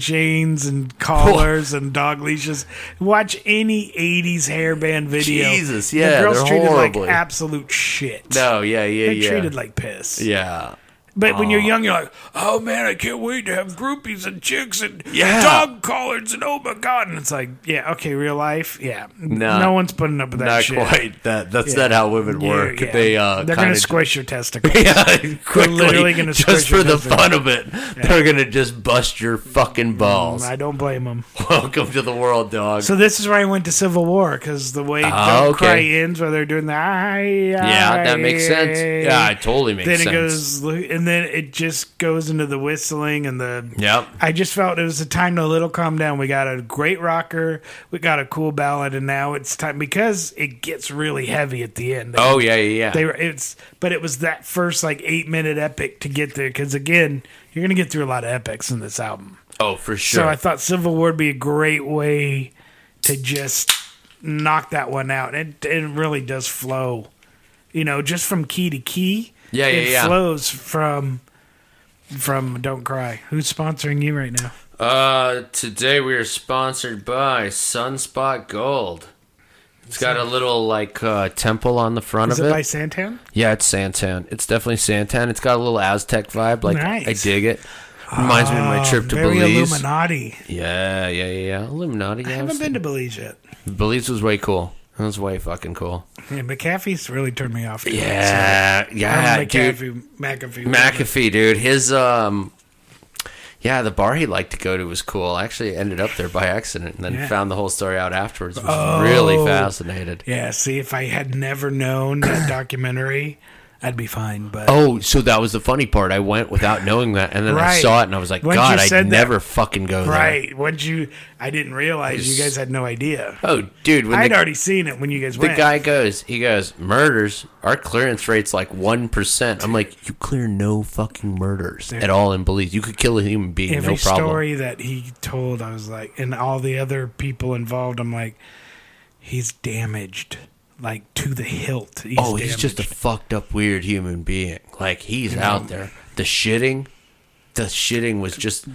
A: (laughs)
B: chains and collars and dog leashes. Watch any '80s hairband video.
A: Jesus,
B: The
A: yeah,
B: girls
A: they're
B: treated
A: horribly-
B: like absolute shit.
A: No, yeah, yeah,
B: they
A: yeah.
B: treated like piss.
A: yeah.
B: But when you're young, you're like, oh man, I can't wait to have groupies and chicks and
A: Yeah.
B: dog collars and oh my god. And it's like, yeah, okay, real life, yeah.
A: No.
B: no one's putting up with that
A: Not
B: shit.
A: quite. That that's not how women
B: You're-
A: work.
B: yeah.
A: They uh
B: they're gonna
A: kinda-
B: squish your testicle.
A: (laughs) Yeah, quickly,
B: literally gonna
A: just
B: squish
A: for
B: your
A: the
B: testicle.
A: fun of it, they're gonna just bust your
B: Mm-hmm.
A: fucking balls. (laughs)
B: I don't blame them.
A: Welcome to the world, dog.
B: So this is where I went to Civil War because the way
A: Ah,
B: Don't
A: okay.
B: Cry ends, where they're doing the I,
A: yeah, that makes sense. Yeah, it totally makes
B: then it
A: sense.
B: goes, and then it just goes into the whistling and the
A: yep.
B: I just felt it was a time to a little calm down. We got a great rocker, we got a cool ballad, and now it's time because it gets really heavy at the end. They,
A: Oh yeah, yeah.
B: they
A: yeah.
B: were it's, but it was that first like eight minute epic to get there because again, you're gonna get through a lot of epics in this album.
A: oh, for sure.
B: So I thought Civil War would be a great way to just knock that one out. It it really does flow, you know, just from key to key.
A: Yeah, yeah,
B: it
A: yeah.
B: flows from from Don't Cry. Who's sponsoring you right now?
A: uh, today we are sponsored by Sunspot Gold. It's got a little like uh, temple on the front
B: Is
A: of
B: it
A: it.
B: by Santan?
A: Yeah, it's Santan. It's definitely Santan. It's got a little Aztec vibe. Like
B: Nice.
A: I dig it. Reminds me of my trip to
B: Ah, Very
A: Belize.
B: Illuminati.
A: Yeah, yeah, yeah. yeah. Illuminati. Yeah,
B: I
A: I
B: haven't
A: was-
B: been to Belize yet.
A: Belize was way cool. That was way fucking cool.
B: Yeah, McAfee's really turned me off. To it,
A: Yeah,
B: so. I'm
A: yeah, dude.
B: McAfee, McAfee.
A: McAfee, dude. His um, yeah, the bar he liked to go to was cool. I actually ended up there by accident and then
B: Yeah.
A: found the whole story out afterwards. Was really
B: Oh.
A: fascinated.
B: Yeah, see, if I had never known that (coughs) documentary, I'd be fine. But
A: Oh, so that was the funny part. I went without knowing that, and then I
B: Right.
A: saw it, and I was like,
B: Once you
A: God, I'd
B: said that-
A: never fucking go there.
B: right, what you? I didn't realize you guys had no idea.
A: Oh, dude, when
B: I'd
A: the,
B: already seen it when you guys
A: the
B: went.
A: guy goes, he goes, murders. Our clearance rate's like one percent. I'm like, you clear no fucking murders at all in Belize. You could kill a human being,
B: Every
A: no problem.
B: story that he told, I was like, and all the other people involved, I'm like, he's damaged, like to the hilt. He's
A: oh, he's just a
B: damaged.
A: fucked up, weird human being. Like he's out there. The shitting, the shitting was just.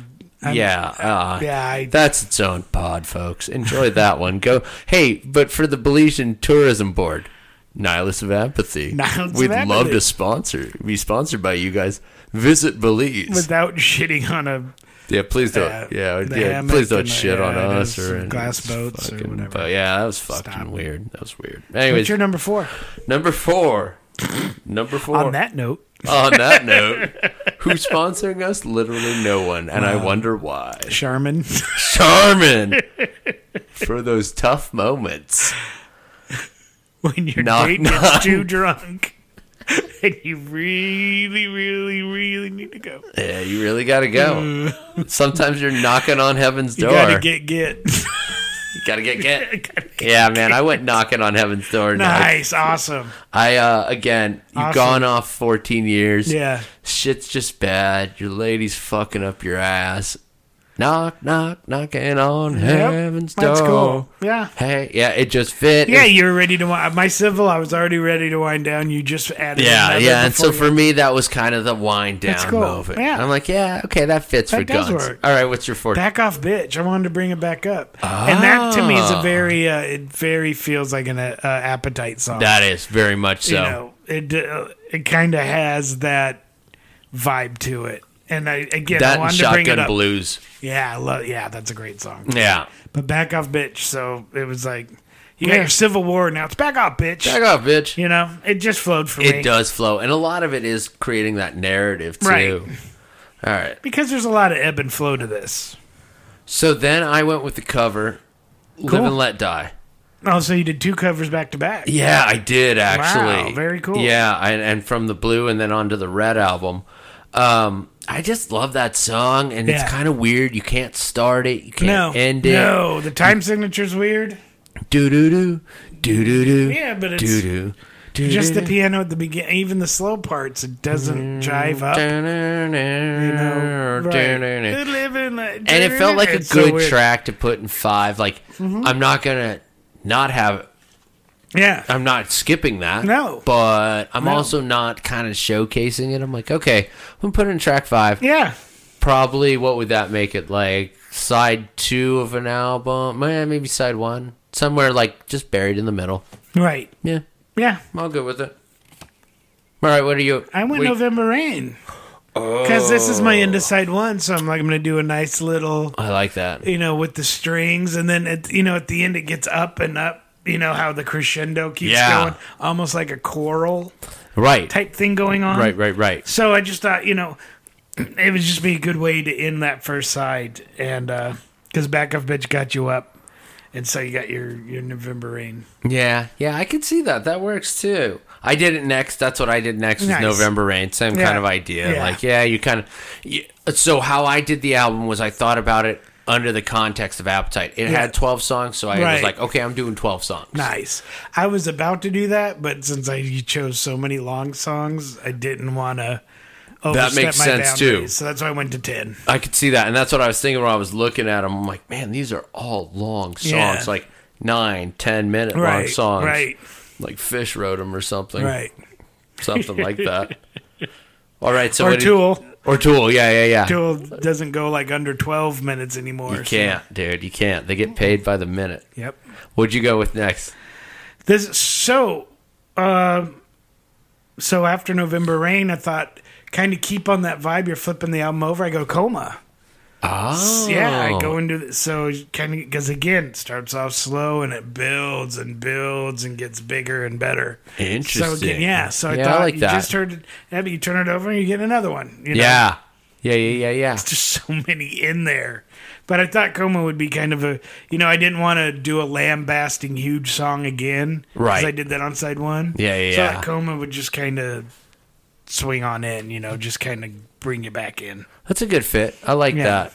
A: yeah, uh,
B: yeah, I-
A: that's its own pod, folks. Enjoy that one. Go, hey, but for the Belizean Tourism Board, Nihilist of
B: (laughs)
A: Apathy,
B: Nihilists of
A: we'd love
B: Apathy.
A: to sponsor, be sponsored by you guys. Visit Belize.
B: without shitting on a
A: yeah, please don't.
B: uh,
A: yeah,
B: the
A: yeah.
B: hammock
A: Please don't
B: and the-
A: shit on
B: yeah, it
A: us
B: is
A: or
B: glass
A: it's
B: boats or
A: fucking-
B: whatever.
A: But yeah, that was fucking
B: Stop.
A: weird. That was weird. Anyways,
B: What's your number four?
A: number
B: (coughs)
A: four. Number four.
B: On that note,
A: On that note, who's sponsoring us? Literally no one, and I wonder why.
B: Charmin.
A: Charmin for those tough moments.
B: (laughs) when your
A: Knock,
B: date
A: knock.
B: gets (laughs) too drunk and you really, really, really need to go.
A: Yeah, you really gotta
B: (laughs)
A: go. Sometimes you're knocking on heaven's
B: You
A: door.
B: gotta get get. (laughs)
A: You gotta get get. Yeah, man, I went knocking on heaven's door. tonight.
B: nice, awesome.
A: I uh, again, you've
B: Awesome.
A: gone off 14 years.
B: Yeah.
A: shit's just bad. Your lady's fucking up your ass. Knock, knock, knocking on
B: Yep,
A: heaven's door.
B: that's cool. Yeah.
A: Hey, yeah, it just fit.
B: Yeah,
A: It
B: you're ready to wind my civil. I was already ready to wind down. You just added.
A: Yeah,
B: another
A: yeah. And so
B: before
A: for me, that was kind of the wind down
B: That's cool.
A: moment.
B: Yeah.
A: I'm like, yeah, okay, that fits
B: That
A: for
B: does
A: guns.
B: work.
A: All right, what's your fourth?
B: you- back off, bitch. I wanted to bring it back up, and that to me is
A: Ah.
B: a very. Uh, it very feels like an uh, appetite song.
A: that is very much so.
B: you know, it uh, it kind of has that vibe to it. And I again, I
A: that and
B: wanted to bring it
A: Shotgun
B: up.
A: Blues.
B: Yeah, I love, yeah, that's a great song.
A: Yeah.
B: But back off, bitch. So it was like you
A: Yeah.
B: got your Civil War now. It's back off, bitch.
A: Back off, bitch.
B: You know, it just flowed for me
A: It does flow. And a lot of it is creating that narrative, too.
B: Right.
A: All right.
B: because there's a lot of ebb and flow to this.
A: So then I went with the cover Live
B: Cool.
A: and Let Die.
B: Oh, so you did two covers back to back.
A: Yeah, I did actually.
B: Wow, very cool.
A: Yeah, I, and from the blue and then onto the red album. Um, I just love that song, and
B: Yeah.
A: it's kind of weird. You can't start it, you
B: No,
A: can't end it.
B: no, the time signature's weird.
A: Do do do do do do.
B: Yeah, but it's-
A: do do.
B: Just
A: (laughs)
B: the piano at the beginning, even the slow parts, it doesn't jive up. You know, right.
A: And it felt like a
B: It's so
A: good
B: weird. Mm-hmm.
A: track to put in five. Like I'm not gonna not have
B: Yeah,
A: I'm not skipping that.
B: No.
A: But I'm also not kind of showcasing it. I'm like, okay, I'm gonna put it in track five.
B: yeah.
A: Probably what would that make it like? Side two of an album? Eh, maybe side one. Somewhere like just buried in the middle.
B: Right.
A: Yeah.
B: Yeah.
A: I'm all good with it. All right, what are you?
B: I went
A: what-
B: November Rain. Because this is my Indecide one, so I'm like, I'm going to do a nice little,
A: I like that.
B: you know, with the strings. And then, at, you know, at the end, it gets up and up. You know, how the crescendo keeps
A: Yeah.
B: going, almost like a choral
A: Right.
B: type thing going on.
A: Right, right, right.
B: So I just thought, you know, it would just be a good way to end that first side. And because Back Off Bitch got you up. And so you got your, your November Rain.
A: Yeah, yeah, I could see that. That works too. I did it next. That's what I did next.
B: Nice.
A: Was November Rain. Same
B: Yeah.
A: kind of idea.
B: Yeah.
A: Like, yeah, you kind of. You, so how I did the album was I thought about it under the context of Appetite. It had twelve songs, so I was
B: Right.
A: like, okay, I'm doing twelve songs.
B: Nice. I was about to do that, but since I you chose so many long songs, I didn't want to overstep
A: makes
B: my
A: sense, too.
B: boundaries. So that's why I went to ten.
A: I could see that, and that's what I was thinking when I was looking at them. I'm like, man, these are all long songs,
B: Yeah.
A: like nine, ten minute long
B: Right,
A: songs,
B: right.
A: Like Fish wrote them or something,
B: Right.
A: something like
B: (laughs)
A: that. All right, so
B: Or
A: what did-
B: Tool.
A: or Tool, yeah, yeah, yeah.
B: Tool doesn't go like under twelve minutes anymore.
A: You can't, dude. You can't. They get paid by the minute.
B: So, yep.
A: What'd you go with next?
B: This so um so after November Rain, I thought kind of keep on that vibe. You're flipping the album over. I go coma.
A: Oh,
B: Yeah, I go into the, so kind of because again, it starts off slow and it builds and builds and gets bigger and better. So
A: Interesting.
B: again, yeah, so I
A: Yeah, I
B: thought
A: like
B: you
A: that.
B: just heard it. Yeah, but you turn it over and you get another one. You know?
A: Yeah, yeah, yeah, yeah, yeah.
B: (laughs) there's so many in there. But I thought Coma would be kind of a, you know, I didn't want to do a lambasting huge song again, 'cause
A: Right.
B: I did that on side one.
A: Yeah, yeah,
B: So I
A: yeah.
B: thought Coma would just kind of swing on in, you know, just kind of bring you back in.
A: That's a good fit. I like
B: Yeah.
A: that.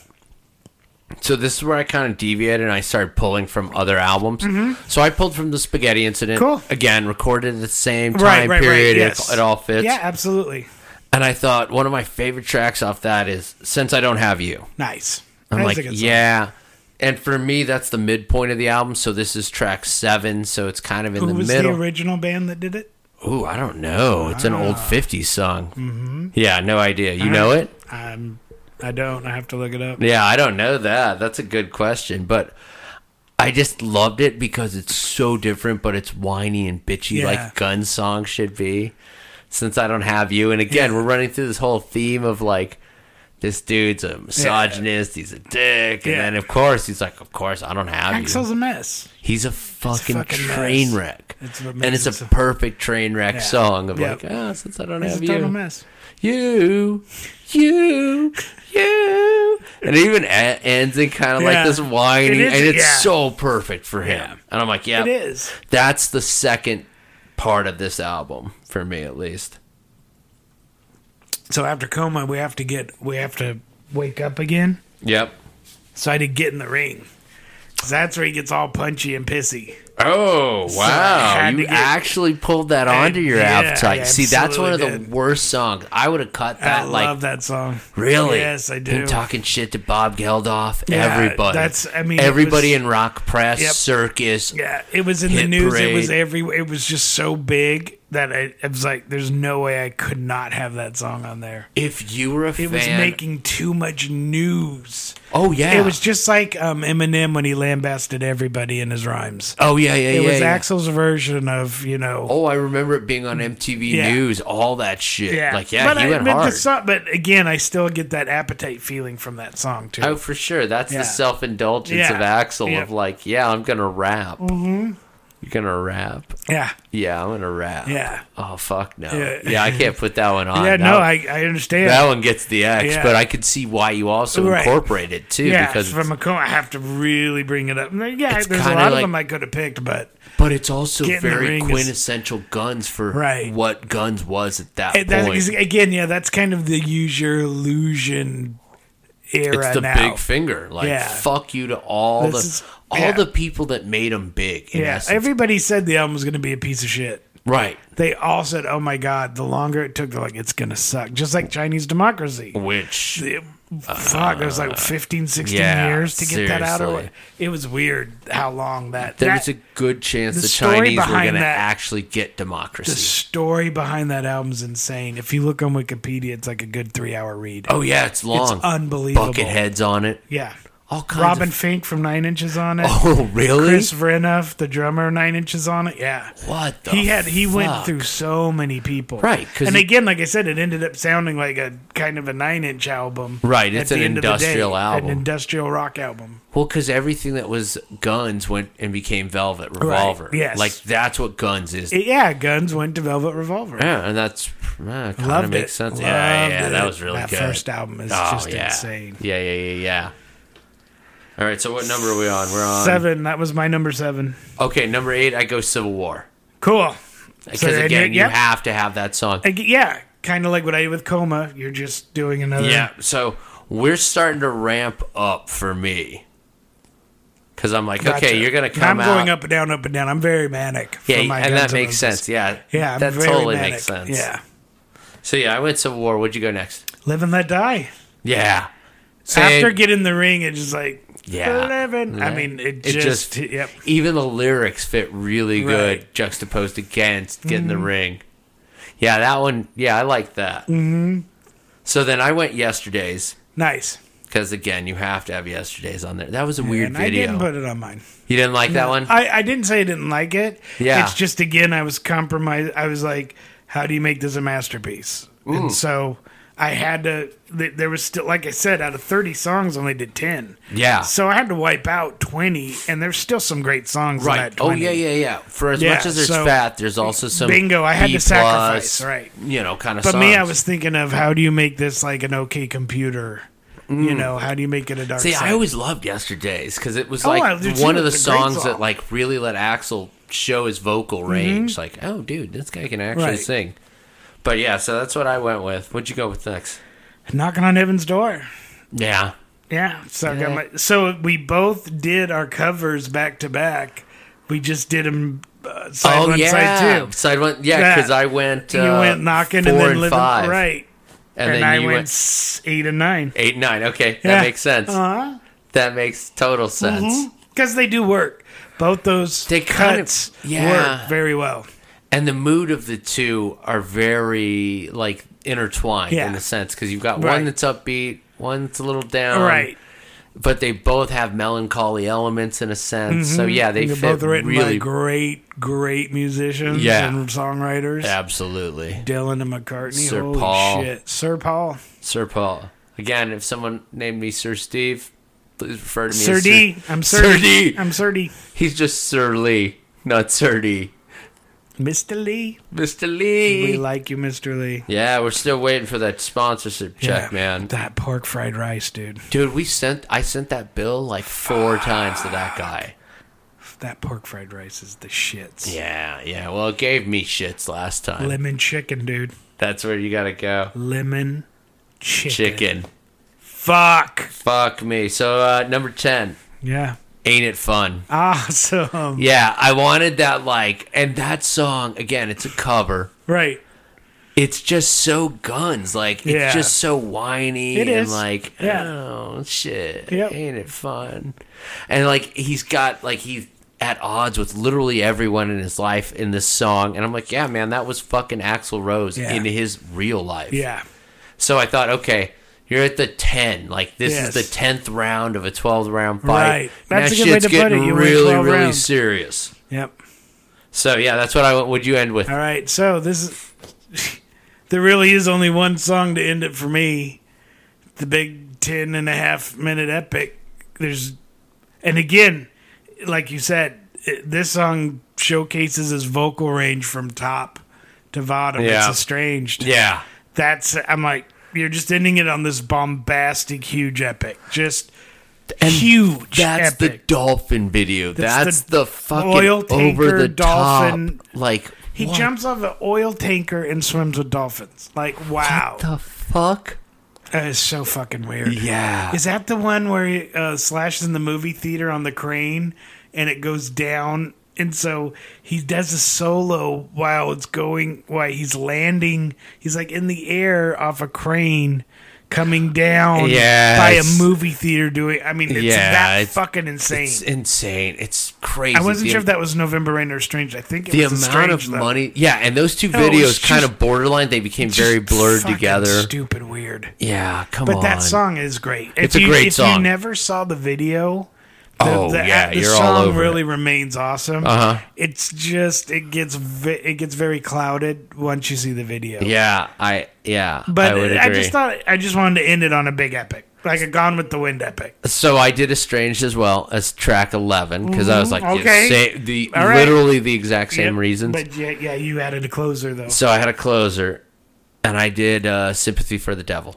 A: So this is where I kind of deviated and I started pulling from other albums. So I pulled from the Spaghetti Incident.
B: Mm-hmm. Cool.
A: Again, recorded at the same time period. It-
B: yes.
A: It, all fits.
B: Yeah, absolutely.
A: And I thought one of my favorite tracks off that is "Since I Don't Have You."
B: Nice.
A: I'm
B: That's
A: like,
B: a good song.
A: yeah. And for me, that's the midpoint of the album. So this is track seven. So it's kind of in
B: Who
A: the
B: was
A: middle.
B: the original band that did it?
A: Ooh, I don't know. It's an old 50s song.
B: Mm-hmm.
A: Yeah, no idea. You know it?
B: I'm. I don't. I have to look it up.
A: Yeah, I don't know that. That's a good question. But I just loved it because it's so different, but it's whiny and bitchy
B: Yeah.
A: like gun songs should be. Since I don't have you. And again, we're running through this whole theme of like, this dude's a misogynist, he's a dick. And
B: Yeah.
A: then, of course, he's like, of course, I don't have you.
B: Axel's a mess.
A: He's a fucking,
B: fucking
A: train
B: mess.
A: wreck.
B: It's
A: and it's a
B: amazing.
A: perfect train wreck
B: Yeah.
A: song of
B: Yeah.
A: like, ah, since I don't
B: It's
A: have
B: a total
A: you,
B: mess.
A: you, you, you, and it even e- ends in kind of
B: Yeah.
A: like this whining,
B: It is-
A: and it's
B: yeah.
A: so perfect for him.
B: Yeah.
A: And I'm like,
B: It
A: yeah,
B: is.
A: that's the second part of this album for me, at least.
B: So after coma, we have to get. We have to wake up again.
A: Yep.
B: So I did get in the ring. 'Cause that's where he gets all punchy and pissy.
A: Oh wow!
B: had
A: You
B: to get-
A: actually pulled that onto your
B: yeah,
A: appetite.
B: I
A: See, that's one of the
B: absolutely did.
A: worst songs. I would have cut
B: I
A: that like
B: love that song.
A: Really?
B: Yes, I do.
A: Him talking shit to Bob Geldof,
B: Yeah,
A: everybody.
B: that's- I mean, it
A: everybody
B: was-
A: in rock press,
B: Yep.
A: circus.
B: Yeah, it was in the
A: Hit
B: news. It was
A: parade.
B: everywhere. It was just so big that I, I was like, "There's no way I could not have that song on there."
A: If you were a
B: It
A: fan,
B: was making too much news.
A: oh yeah,
B: It was just like um, Eminem when he lambasted everybody in his rhymes.
A: oh yeah, yeah,
B: It
A: yeah.
B: was
A: yeah.
B: Axel's version of you know.
A: oh, I remember it being on MTV
B: Yeah.
A: News, all that shit.
B: yeah,
A: Like yeah,
B: but
A: he
B: I,
A: went
B: but, the
A: hard.
B: song- but again, I still get that appetite feeling from that song too.
A: Oh, for sure. That's
B: Yeah.
A: the self indulgence
B: Yeah.
A: of Axel
B: Yep.
A: of like, yeah, I'm gonna rap. Mm-hmm. You're gonna rap.
B: yeah,
A: Yeah, I'm gonna rap.
B: Yeah.
A: Oh fuck no.
B: Yeah.
A: Yeah, I can't put that
B: (laughs)
A: one on.
B: yeah.
A: That
B: No,
A: one-
B: I I understand.
A: that one gets the X,
B: Yeah.
A: but I could see why you also
B: Right.
A: incorporate it too
B: yeah,
A: because
B: from a co- I have to really bring it up. And then, Yeah,
A: It's
B: there's a
A: kinda
B: lot of
A: like-
B: them I could have picked, but
A: But it's also
B: Get in the
A: very
B: ring is-
A: quintessential guns for
B: Right.
A: what guns was at that
B: And that
A: point.
B: is- again, yeah, that's kind of the use your illusion era
A: it's the
B: now.
A: big finger. Like
B: Yeah.
A: fuck you to all
B: This
A: the
B: is-
A: all
B: yeah.
A: the people that made them big. In
B: yeah,
A: essence.
B: everybody said the album was going to be a piece of shit.
A: right.
B: They all said, "Oh my god!" The longer it took, they're like, "It's going to suck." Just like Chinese democracy.
A: Which
B: It- fuck, it was like 15, 16
A: Uh, yeah,
B: years to get that out. Or
A: seriously.
B: it was weird how long that.
A: there
B: that
A: was a good chance
B: the
A: the,
B: story
A: Chinese were
B: behind
A: going to
B: that-
A: actually get
B: the
A: democracy.
B: story behind that album's insane. If you look on Wikipedia, it's like a good three-hour read.
A: oh yeah, it's
B: it's
A: long.
B: unbelievable.
A: Bucket heads on it.
B: Yeah.
A: All kinds.
B: Robin
A: Of, (laughs)
B: Fink from Nine Inches on it.
A: oh really?
B: Chris Vrenoff, the drummer, Nine Inches on it. Yeah.
A: what the
B: He had he went
A: fuck?
B: through so many people,
A: Right, 'cause
B: And
A: he-
B: again, like I said, it ended up sounding like a kind of a nine-inch album,
A: Right,
B: at
A: it's
B: the
A: an
B: end of the
A: industrial album.
B: an industrial rock album.
A: Well, because everything that was guns went and became Velvet Revolver.
B: yes.
A: Like that's what guns is.
B: It- yeah, Guns went to Velvet Revolver.
A: yeah, and that's uh, kind of
B: Loved
A: makes
B: it.
A: sense. yeah,
B: Loved
A: yeah, that
B: it.
A: was really
B: that
A: good.
B: first album is
A: Oh,
B: just
A: yeah.
B: insane.
A: Yeah, yeah, yeah, yeah. All right, so what number are we on? We're on
B: Seven. That was my number seven.
A: Okay, number eight. I go Civil War
B: Cool.
A: because
B: So then
A: again,
B: you-
A: you
B: yep.
A: have to have that song.
B: Ag- yeah, kind of like what I did with Coma. You're just doing another.
A: Yeah, so we're starting to ramp up for me because I'm like,
B: Gotcha.
A: okay, you're gonna come
B: I'm going
A: out.
B: up and down, up and down. I'm very manic. for
A: yeah,
B: my
A: and
B: Guns
A: that
B: N'
A: makes
B: Roses.
A: sense. Yeah,
B: Yeah, I'm
A: that
B: very
A: totally
B: manic.
A: makes sense.
B: Yeah,
A: So yeah, I went Civil War. What'd you go next?
B: live and let die.
A: Yeah. Same.
B: After getting the ring, it's just like
A: Yeah.
B: living. I
A: Ah, Yeah.
B: mean, it
A: It
B: just,
A: just-
B: yep.
A: even the lyrics fit really good
B: Right. Mm-hmm.
A: juxtaposed against getting the ring. Yeah, that one. Yeah, I like that. Mm-hmm. So then I went yesterday's
B: Nice.
A: because again, you have to have yesterday's on there. That was a weird
B: and
A: video.
B: I didn't put it on mine.
A: you didn't like that one?
B: I, I didn't say I didn't like it.
A: Yeah.
B: It's just again, I was compromised. I was like, how do you make this a masterpiece? And so I had to. th- There was still, like I said, out of thirty songs, I only did ten.
A: Yeah.
B: So I had to wipe out twenty, and there's still some great songs. in
A: right.
B: that
A: Oh
B: 20.
A: yeah, yeah, yeah. For as
B: Yeah,
A: much as there's
B: so-
A: fat, there's also some
B: Bingo, I had to
A: B
B: sacrifice, right.
A: You know, kind of.
B: But me, I was thinking of how do you make this like an okay computer? You know, how do you make it a dark?
A: Mm. See,
B: side?
A: I always loved yesterday's because it was
B: Oh,
A: like
B: I do too.
A: one of the
B: It's a great
A: songs
B: song.
A: that like really let Axel show his vocal range. Like, oh, dude, this guy can actually
B: Mm-hmm. Right.
A: sing. But yeah, so that's what I went with. What'd you go with next?
B: Knocking on Heaven's Door.
A: Yeah.
B: Yeah. So I got my, so we both did our covers back to back. We just did them uh, side one, side two.
A: Side one, Oh, yeah,
B: Yeah.
A: because I went.
B: You
A: uh,
B: went knocking
A: four
B: and then living
A: five,
B: right,
A: and,
B: and,
A: then
B: I
A: you
B: went,
A: went
B: s- eight and nine.
A: eight, and nine. Okay,
B: Yeah.
A: that makes sense.
B: Uh-huh. Mm-hmm.
A: That makes total sense.
B: Because they do work. Both those
A: They kind of-
B: cuts
A: yeah.
B: work very well.
A: And the mood of the two are very like intertwined
B: Yeah.
A: in a sense because you've got
B: Right.
A: one that's upbeat, one that's a little down,
B: right.
A: But they both have melancholy elements in a sense. So yeah, they
B: Mm-hmm. They're
A: fit
B: both written by
A: really
B: great, great musicians
A: Yeah.
B: and songwriters.
A: absolutely.
B: Dylan and McCartney.
A: Sir
B: Holy
A: Paul.
B: shit. Sir Paul.
A: Sir Paul. Again, if someone named me Sir Steve, please refer to me
B: Sir
A: as
B: D. I'm Sir,
A: Sir
B: D.
A: D.
B: I'm Sir D.
A: He's just Sir Lee, not Sir D.
B: Mr. Lee.
A: Mr.
B: We
A: Lee.
B: like you, Mr. Lee.
A: yeah, we're still waiting for that sponsorship check,
B: Yeah.
A: man.
B: That pork fried rice, dude.
A: Dude, we sent I sent that bill like four times to that guy.
B: That pork fried rice is the shits.
A: Yeah, yeah. Well, it gave me shits last time.
B: Lemon chicken, dude.
A: That's where you gotta go.
B: Lemon chicken.
A: Chicken.
B: Fuck.
A: Fuck me. So uh, number ten,
B: Yeah.
A: ain't it fun?
B: Awesome.
A: Yeah, I wanted that like, and that song again. It's a cover.
B: Right.
A: It's just so guns. Like it's
B: Yeah.
A: just so whiny
B: It
A: and
B: is.
A: like
B: Yeah.
A: oh shit,
B: Yep.
A: ain't it fun? And like he's got like he's at odds with literally everyone in his life in this song. And I'm like, yeah, man, that was fucking Axl Rose
B: Yeah.
A: in his real life.
B: Yeah.
A: So I thought, okay, you're at the ten. Like this
B: Yes.
A: is the tenth round of a twelve round fight.
B: Right.
A: That's
B: That's
A: that
B: a good way
A: shit's
B: to put it.
A: getting
B: You win
A: really,
B: 12
A: really
B: rounds.
A: serious.
B: Yep.
A: So yeah, that's what I would you end with.
B: All right. So this is (laughs) there really is only one song to end it for me. The big 10 and a half minute epic. There's and again, like you said, it, this song showcases his vocal range from top to bottom.
A: Yeah.
B: It's estranged.
A: Yeah.
B: That's I'm like you're just ending it on this bombastic huge epic. Just
A: And
B: huge
A: That's the
B: epic.
A: dolphin video. That's,
B: That's
A: the,
B: the
A: fucking
B: oil tanker
A: over the
B: dolphin.
A: top. Like
B: He
A: what
B: jumps off an oil tanker and swims with dolphins. Like, wow.
A: the fuck?
B: That is so fucking weird.
A: Yeah.
B: Is that the one where he uh, slashes in the movie theater on the crane and it goes down? And so he does a solo while it's going, while he's landing. He's like in the air off a crane coming down
A: Yes.
B: by a movie theater doing. I mean, it's
A: Yeah,
B: that
A: it's-
B: fucking insane.
A: It's insane. It's crazy.
B: I wasn't
A: the,
B: sure if that was November Rain or Strange. I think it
A: the
B: was
A: amount
B: Strange,
A: of
B: though.
A: money. Yeah, and those two
B: No, it was
A: videos kind
B: just-
A: of borderline. They became very
B: Just
A: blurred
B: fucking
A: together.
B: Stupid weird.
A: yeah, come
B: But
A: on.
B: that song is great. If
A: It's a
B: you,
A: great
B: if
A: song.
B: you never saw the video, the,
A: Oh,
B: the,
A: yeah,
B: the
A: you're all
B: song
A: over
B: really remains awesome.
A: Uh-huh.
B: It's just it gets ve- it gets very clouded once you see the video.
A: Yeah, I yeah.
B: but
A: I would agree.
B: I, just thought I just wanted to end it on a big epic, like a Gone with the Wind epic.
A: so I did Estranged as well as track eleven because I was like, yeah,
B: Mm-hmm, okay.
A: sa- the
B: All right.
A: literally the exact same
B: Yep.
A: reasons.
B: But yeah, yeah, you added a closer though.
A: So I had a closer, and I did uh, "Sympathy for the Devil."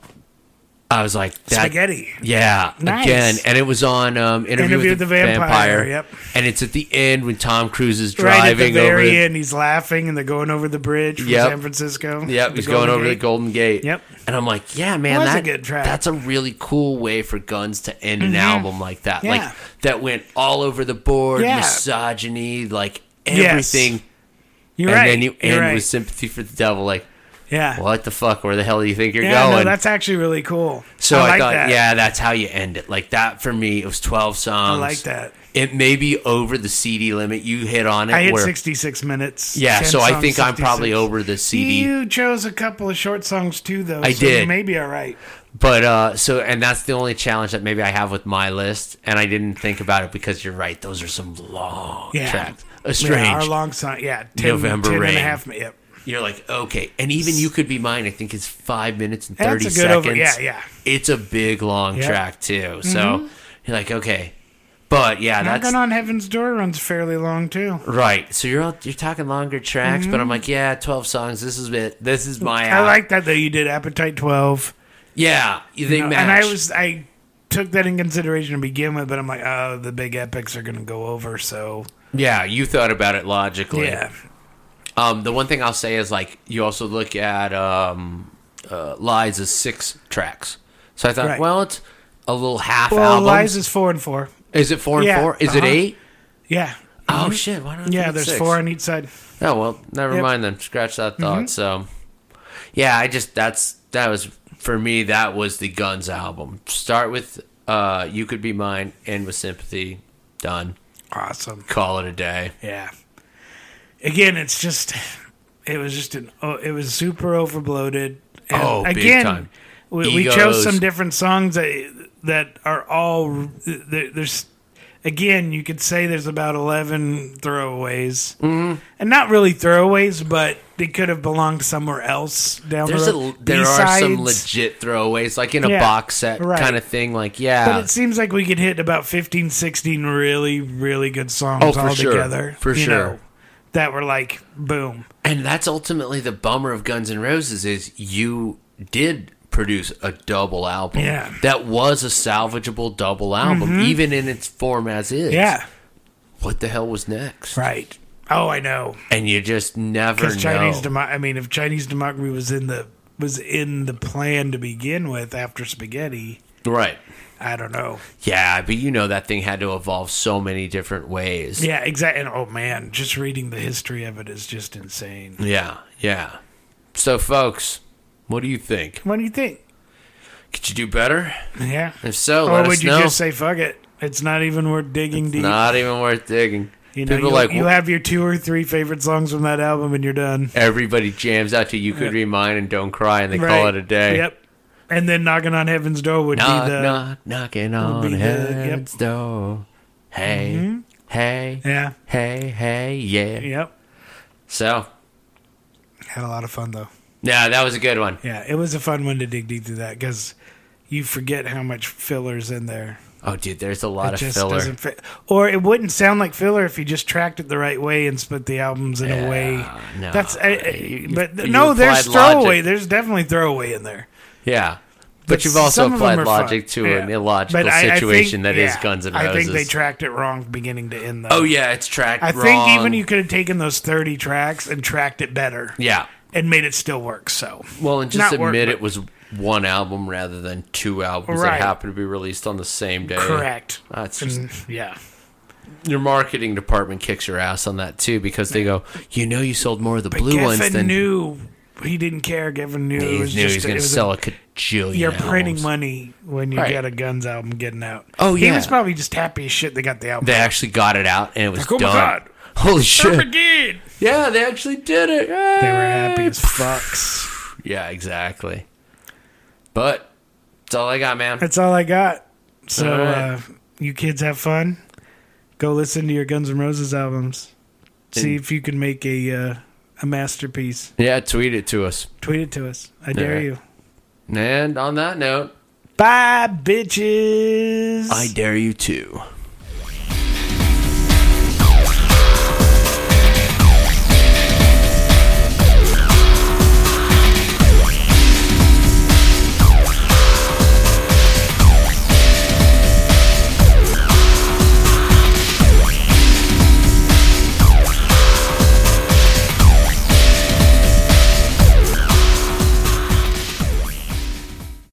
A: I was like, that,
B: Spaghetti.
A: Yeah,
B: Nice.
A: again, and it was on um, interview, with the, vampire,
B: yep.
A: And it's at the end when Tom Cruise is driving
B: Right at the
A: over.
B: very end, he's laughing, and they're going over the bridge from
A: Yep.
B: San Francisco.
A: Yep,
B: The
A: he's going
B: Golden
A: over the
B: Gate.
A: Golden Gate.
B: Yep.
A: And I'm like, yeah, man,
B: Well, that's
A: that,
B: a good track. Mm-hmm.
A: that's a really cool way for Guns to end an album like that.
B: Yeah.
A: Like that went all over the board,
B: Yeah.
A: misogyny, like
B: Yes.
A: everything.
B: You're
A: And
B: right.
A: then you
B: you're
A: end
B: right.
A: with sympathy for the devil. Like,
B: yeah.
A: what the fuck? Where the hell do you think you're
B: Yeah,
A: going?
B: no, that's actually really cool.
A: So I,
B: like
A: thought,
B: that.
A: yeah, that's how you end it. Like that for me, it was twelve songs.
B: I like that.
A: It may be over the CD limit. You hit on it.
B: I hit
A: where,
B: 66 minutes.
A: Yeah,
B: 10
A: so I
B: songs,
A: think I'm
B: 66.
A: probably over the CD.
B: You chose a couple of short songs too, though.
A: I
B: so
A: did.
B: You may be all right.
A: But uh, so, and that's the only challenge that maybe I have with my list. And I didn't think about it because you're right; those are some long
B: Yeah.
A: tracks.
B: Yeah,
A: Estranged.
B: our long song. Yeah, 10,
A: November
B: 10 and
A: Rain.
B: a half. mi- Yep.
A: you're like okay, and even you could be mine. I think it's five minutes and
B: That's
A: thirty
B: a good
A: seconds.
B: over- yeah, yeah. Mm-hmm.
A: It's a big long
B: Yeah.
A: track too. So you're like okay, but yeah, that's
B: Knocking on Heaven's Door runs fairly long too.
A: Right. So you're all, you're talking longer tracks, but I'm like, yeah, twelve songs. This is it. This is my.
B: Mm-hmm. I
A: app.
B: like that though. You did Appetite 12,
A: Yeah, they match.
B: and I was I took that in consideration to begin with, but I'm like, oh, the big epics are going to go over, so
A: Yeah, you thought about it logically.
B: yeah.
A: Um, the one thing I'll say is like you also look at um, uh, Lies is six tracks, so I thought,
B: Right.
A: well, it's a little half
B: Well,
A: album.
B: Lies is four and four.
A: is it four and
B: Yeah,
A: four? Is it
B: uh-huh.
A: eight?
B: Yeah.
A: Oh shit! Why not?
B: Yeah, there's four on each side.
A: Oh well, never
B: Yep. Mm-hmm.
A: mind then. Scratch that thought. So, yeah, I just that's that was for me. That was the Guns album. Start with uh, "You Could Be Mine," end with "Sympathy." Done.
B: Awesome.
A: Call it a day.
B: Yeah. Again, it's just it was just an oh, it was super overbloated. And
A: Oh, big
B: again,
A: time.
B: We, we chose
A: Egos.
B: some different songs that that are all there- there's again you could say there's about eleven throwaways
A: Mm-hmm.
B: and not really throwaways, but they could have belonged somewhere else down
A: There's a,
B: the road.
A: there are some
B: B-sides.
A: legit throwaways, like in a
B: Yeah,
A: box set
B: right.
A: kind of thing. Like
B: But
A: yeah,
B: it seems like we could hit about 15, 16 really, really good songs
A: Oh, for
B: all
A: sure.
B: together.
A: For
B: you
A: sure.
B: know, that were like, boom.
A: and that's ultimately the bummer of Guns N' Roses is you did produce a double album.
B: Yeah. Mm-hmm.
A: that was a salvageable double album, even in its form as is.
B: Yeah.
A: what the hell was next?
B: Right. Oh, I know.
A: and you just never know.
B: Because Chinese demo- I mean, if Chinese democracy was in the was in the plan to begin with after spaghetti,
A: right.
B: I don't know.
A: Yeah, but you know that thing had to evolve so many different ways.
B: Yeah, exactly. And oh man, just reading the history of it is just insane.
A: yeah. yeah. So, folks, what do you think?
B: What do you think?
A: Could you do better?
B: Yeah.
A: If so,
B: or
A: let
B: would
A: us
B: you
A: know.
B: just say fuck it? It's not even worth digging deep.
A: Not even worth digging.
B: you know,
A: People
B: you,
A: like
B: you have your two or three favorite songs from that album, and you're done.
A: everybody jams out to "You Could Be Mine" and "Don't Cry," and they call it a day.
B: Yep. And then knocking on heaven's door would
A: Knock,
B: be the
A: knock, knocking on
B: be the- yep. Mm-hmm.
A: heaven's door. Hey, hey,
B: yeah.
A: hey, hey, yeah.
B: Yep.
A: So,
B: Had a lot of fun though.
A: yeah, that was a good one.
B: Yeah, it was a fun one to dig deep through that because you forget how much filler's in there.
A: Oh, dude, there's a lot
B: It
A: of
B: just
A: filler.
B: doesn't fit, or it wouldn't sound like filler if you just tracked it the right way and split the albums in a way.
A: Yeah, no.
B: That's I, I,
A: You-
B: but
A: you
B: no, there's
A: applied logic.
B: throwaway. There's definitely throwaway in there.
A: Yeah. But
B: But
A: you've also
B: some of them
A: applied
B: are fun.
A: logic to
B: Yeah.
A: an
B: But
A: illogical
B: I- I think-
A: situation that is
B: yeah,
A: Guns N'
B: I
A: Roses.
B: think they tracked it wrong beginning to end. Though.
A: oh yeah, it's tracked.
B: I
A: wrong.
B: think even you could have taken those thirty tracks and tracked it better
A: Yeah.
B: and made it still work. So
A: Well, and just
B: Not
A: admit
B: work, but-
A: it was one album rather than two albums
B: Right.
A: that happened to be released on the same day.
B: correct.
A: That's just,
B: Mm, yeah.
A: your marketing department kicks your ass on that too because they go, you know, you sold more of the blue ones
B: Geffen
A: than
B: knew he didn't care. Geffen knew
A: he
B: it
A: knew
B: was
A: he
B: just
A: was going
B: it
A: to
B: was a-
A: sell a cajillion.
B: you're printing
A: albums.
B: money when you
A: Right.
B: got a Guns album getting out.
A: Oh,
B: he
A: yeah.
B: was probably just happy as shit they got the album.
A: They actually got it out and it was
B: oh my
A: done.
B: God.
A: Holy shit!
B: Again.
A: Yeah, they actually did it.
B: They were happy as fucks.
A: Yeah, exactly. But that's all I got, man.
B: That's all I got. So
A: All right.
B: uh, you kids have fun. Go listen to your Guns N' Roses albums. See if you can make a uh, a masterpiece.
A: Yeah, tweet it to us.
B: Tweet it to us. I dare
A: right.
B: you.
A: And on that note,
B: Bye, bitches.
A: dare you too.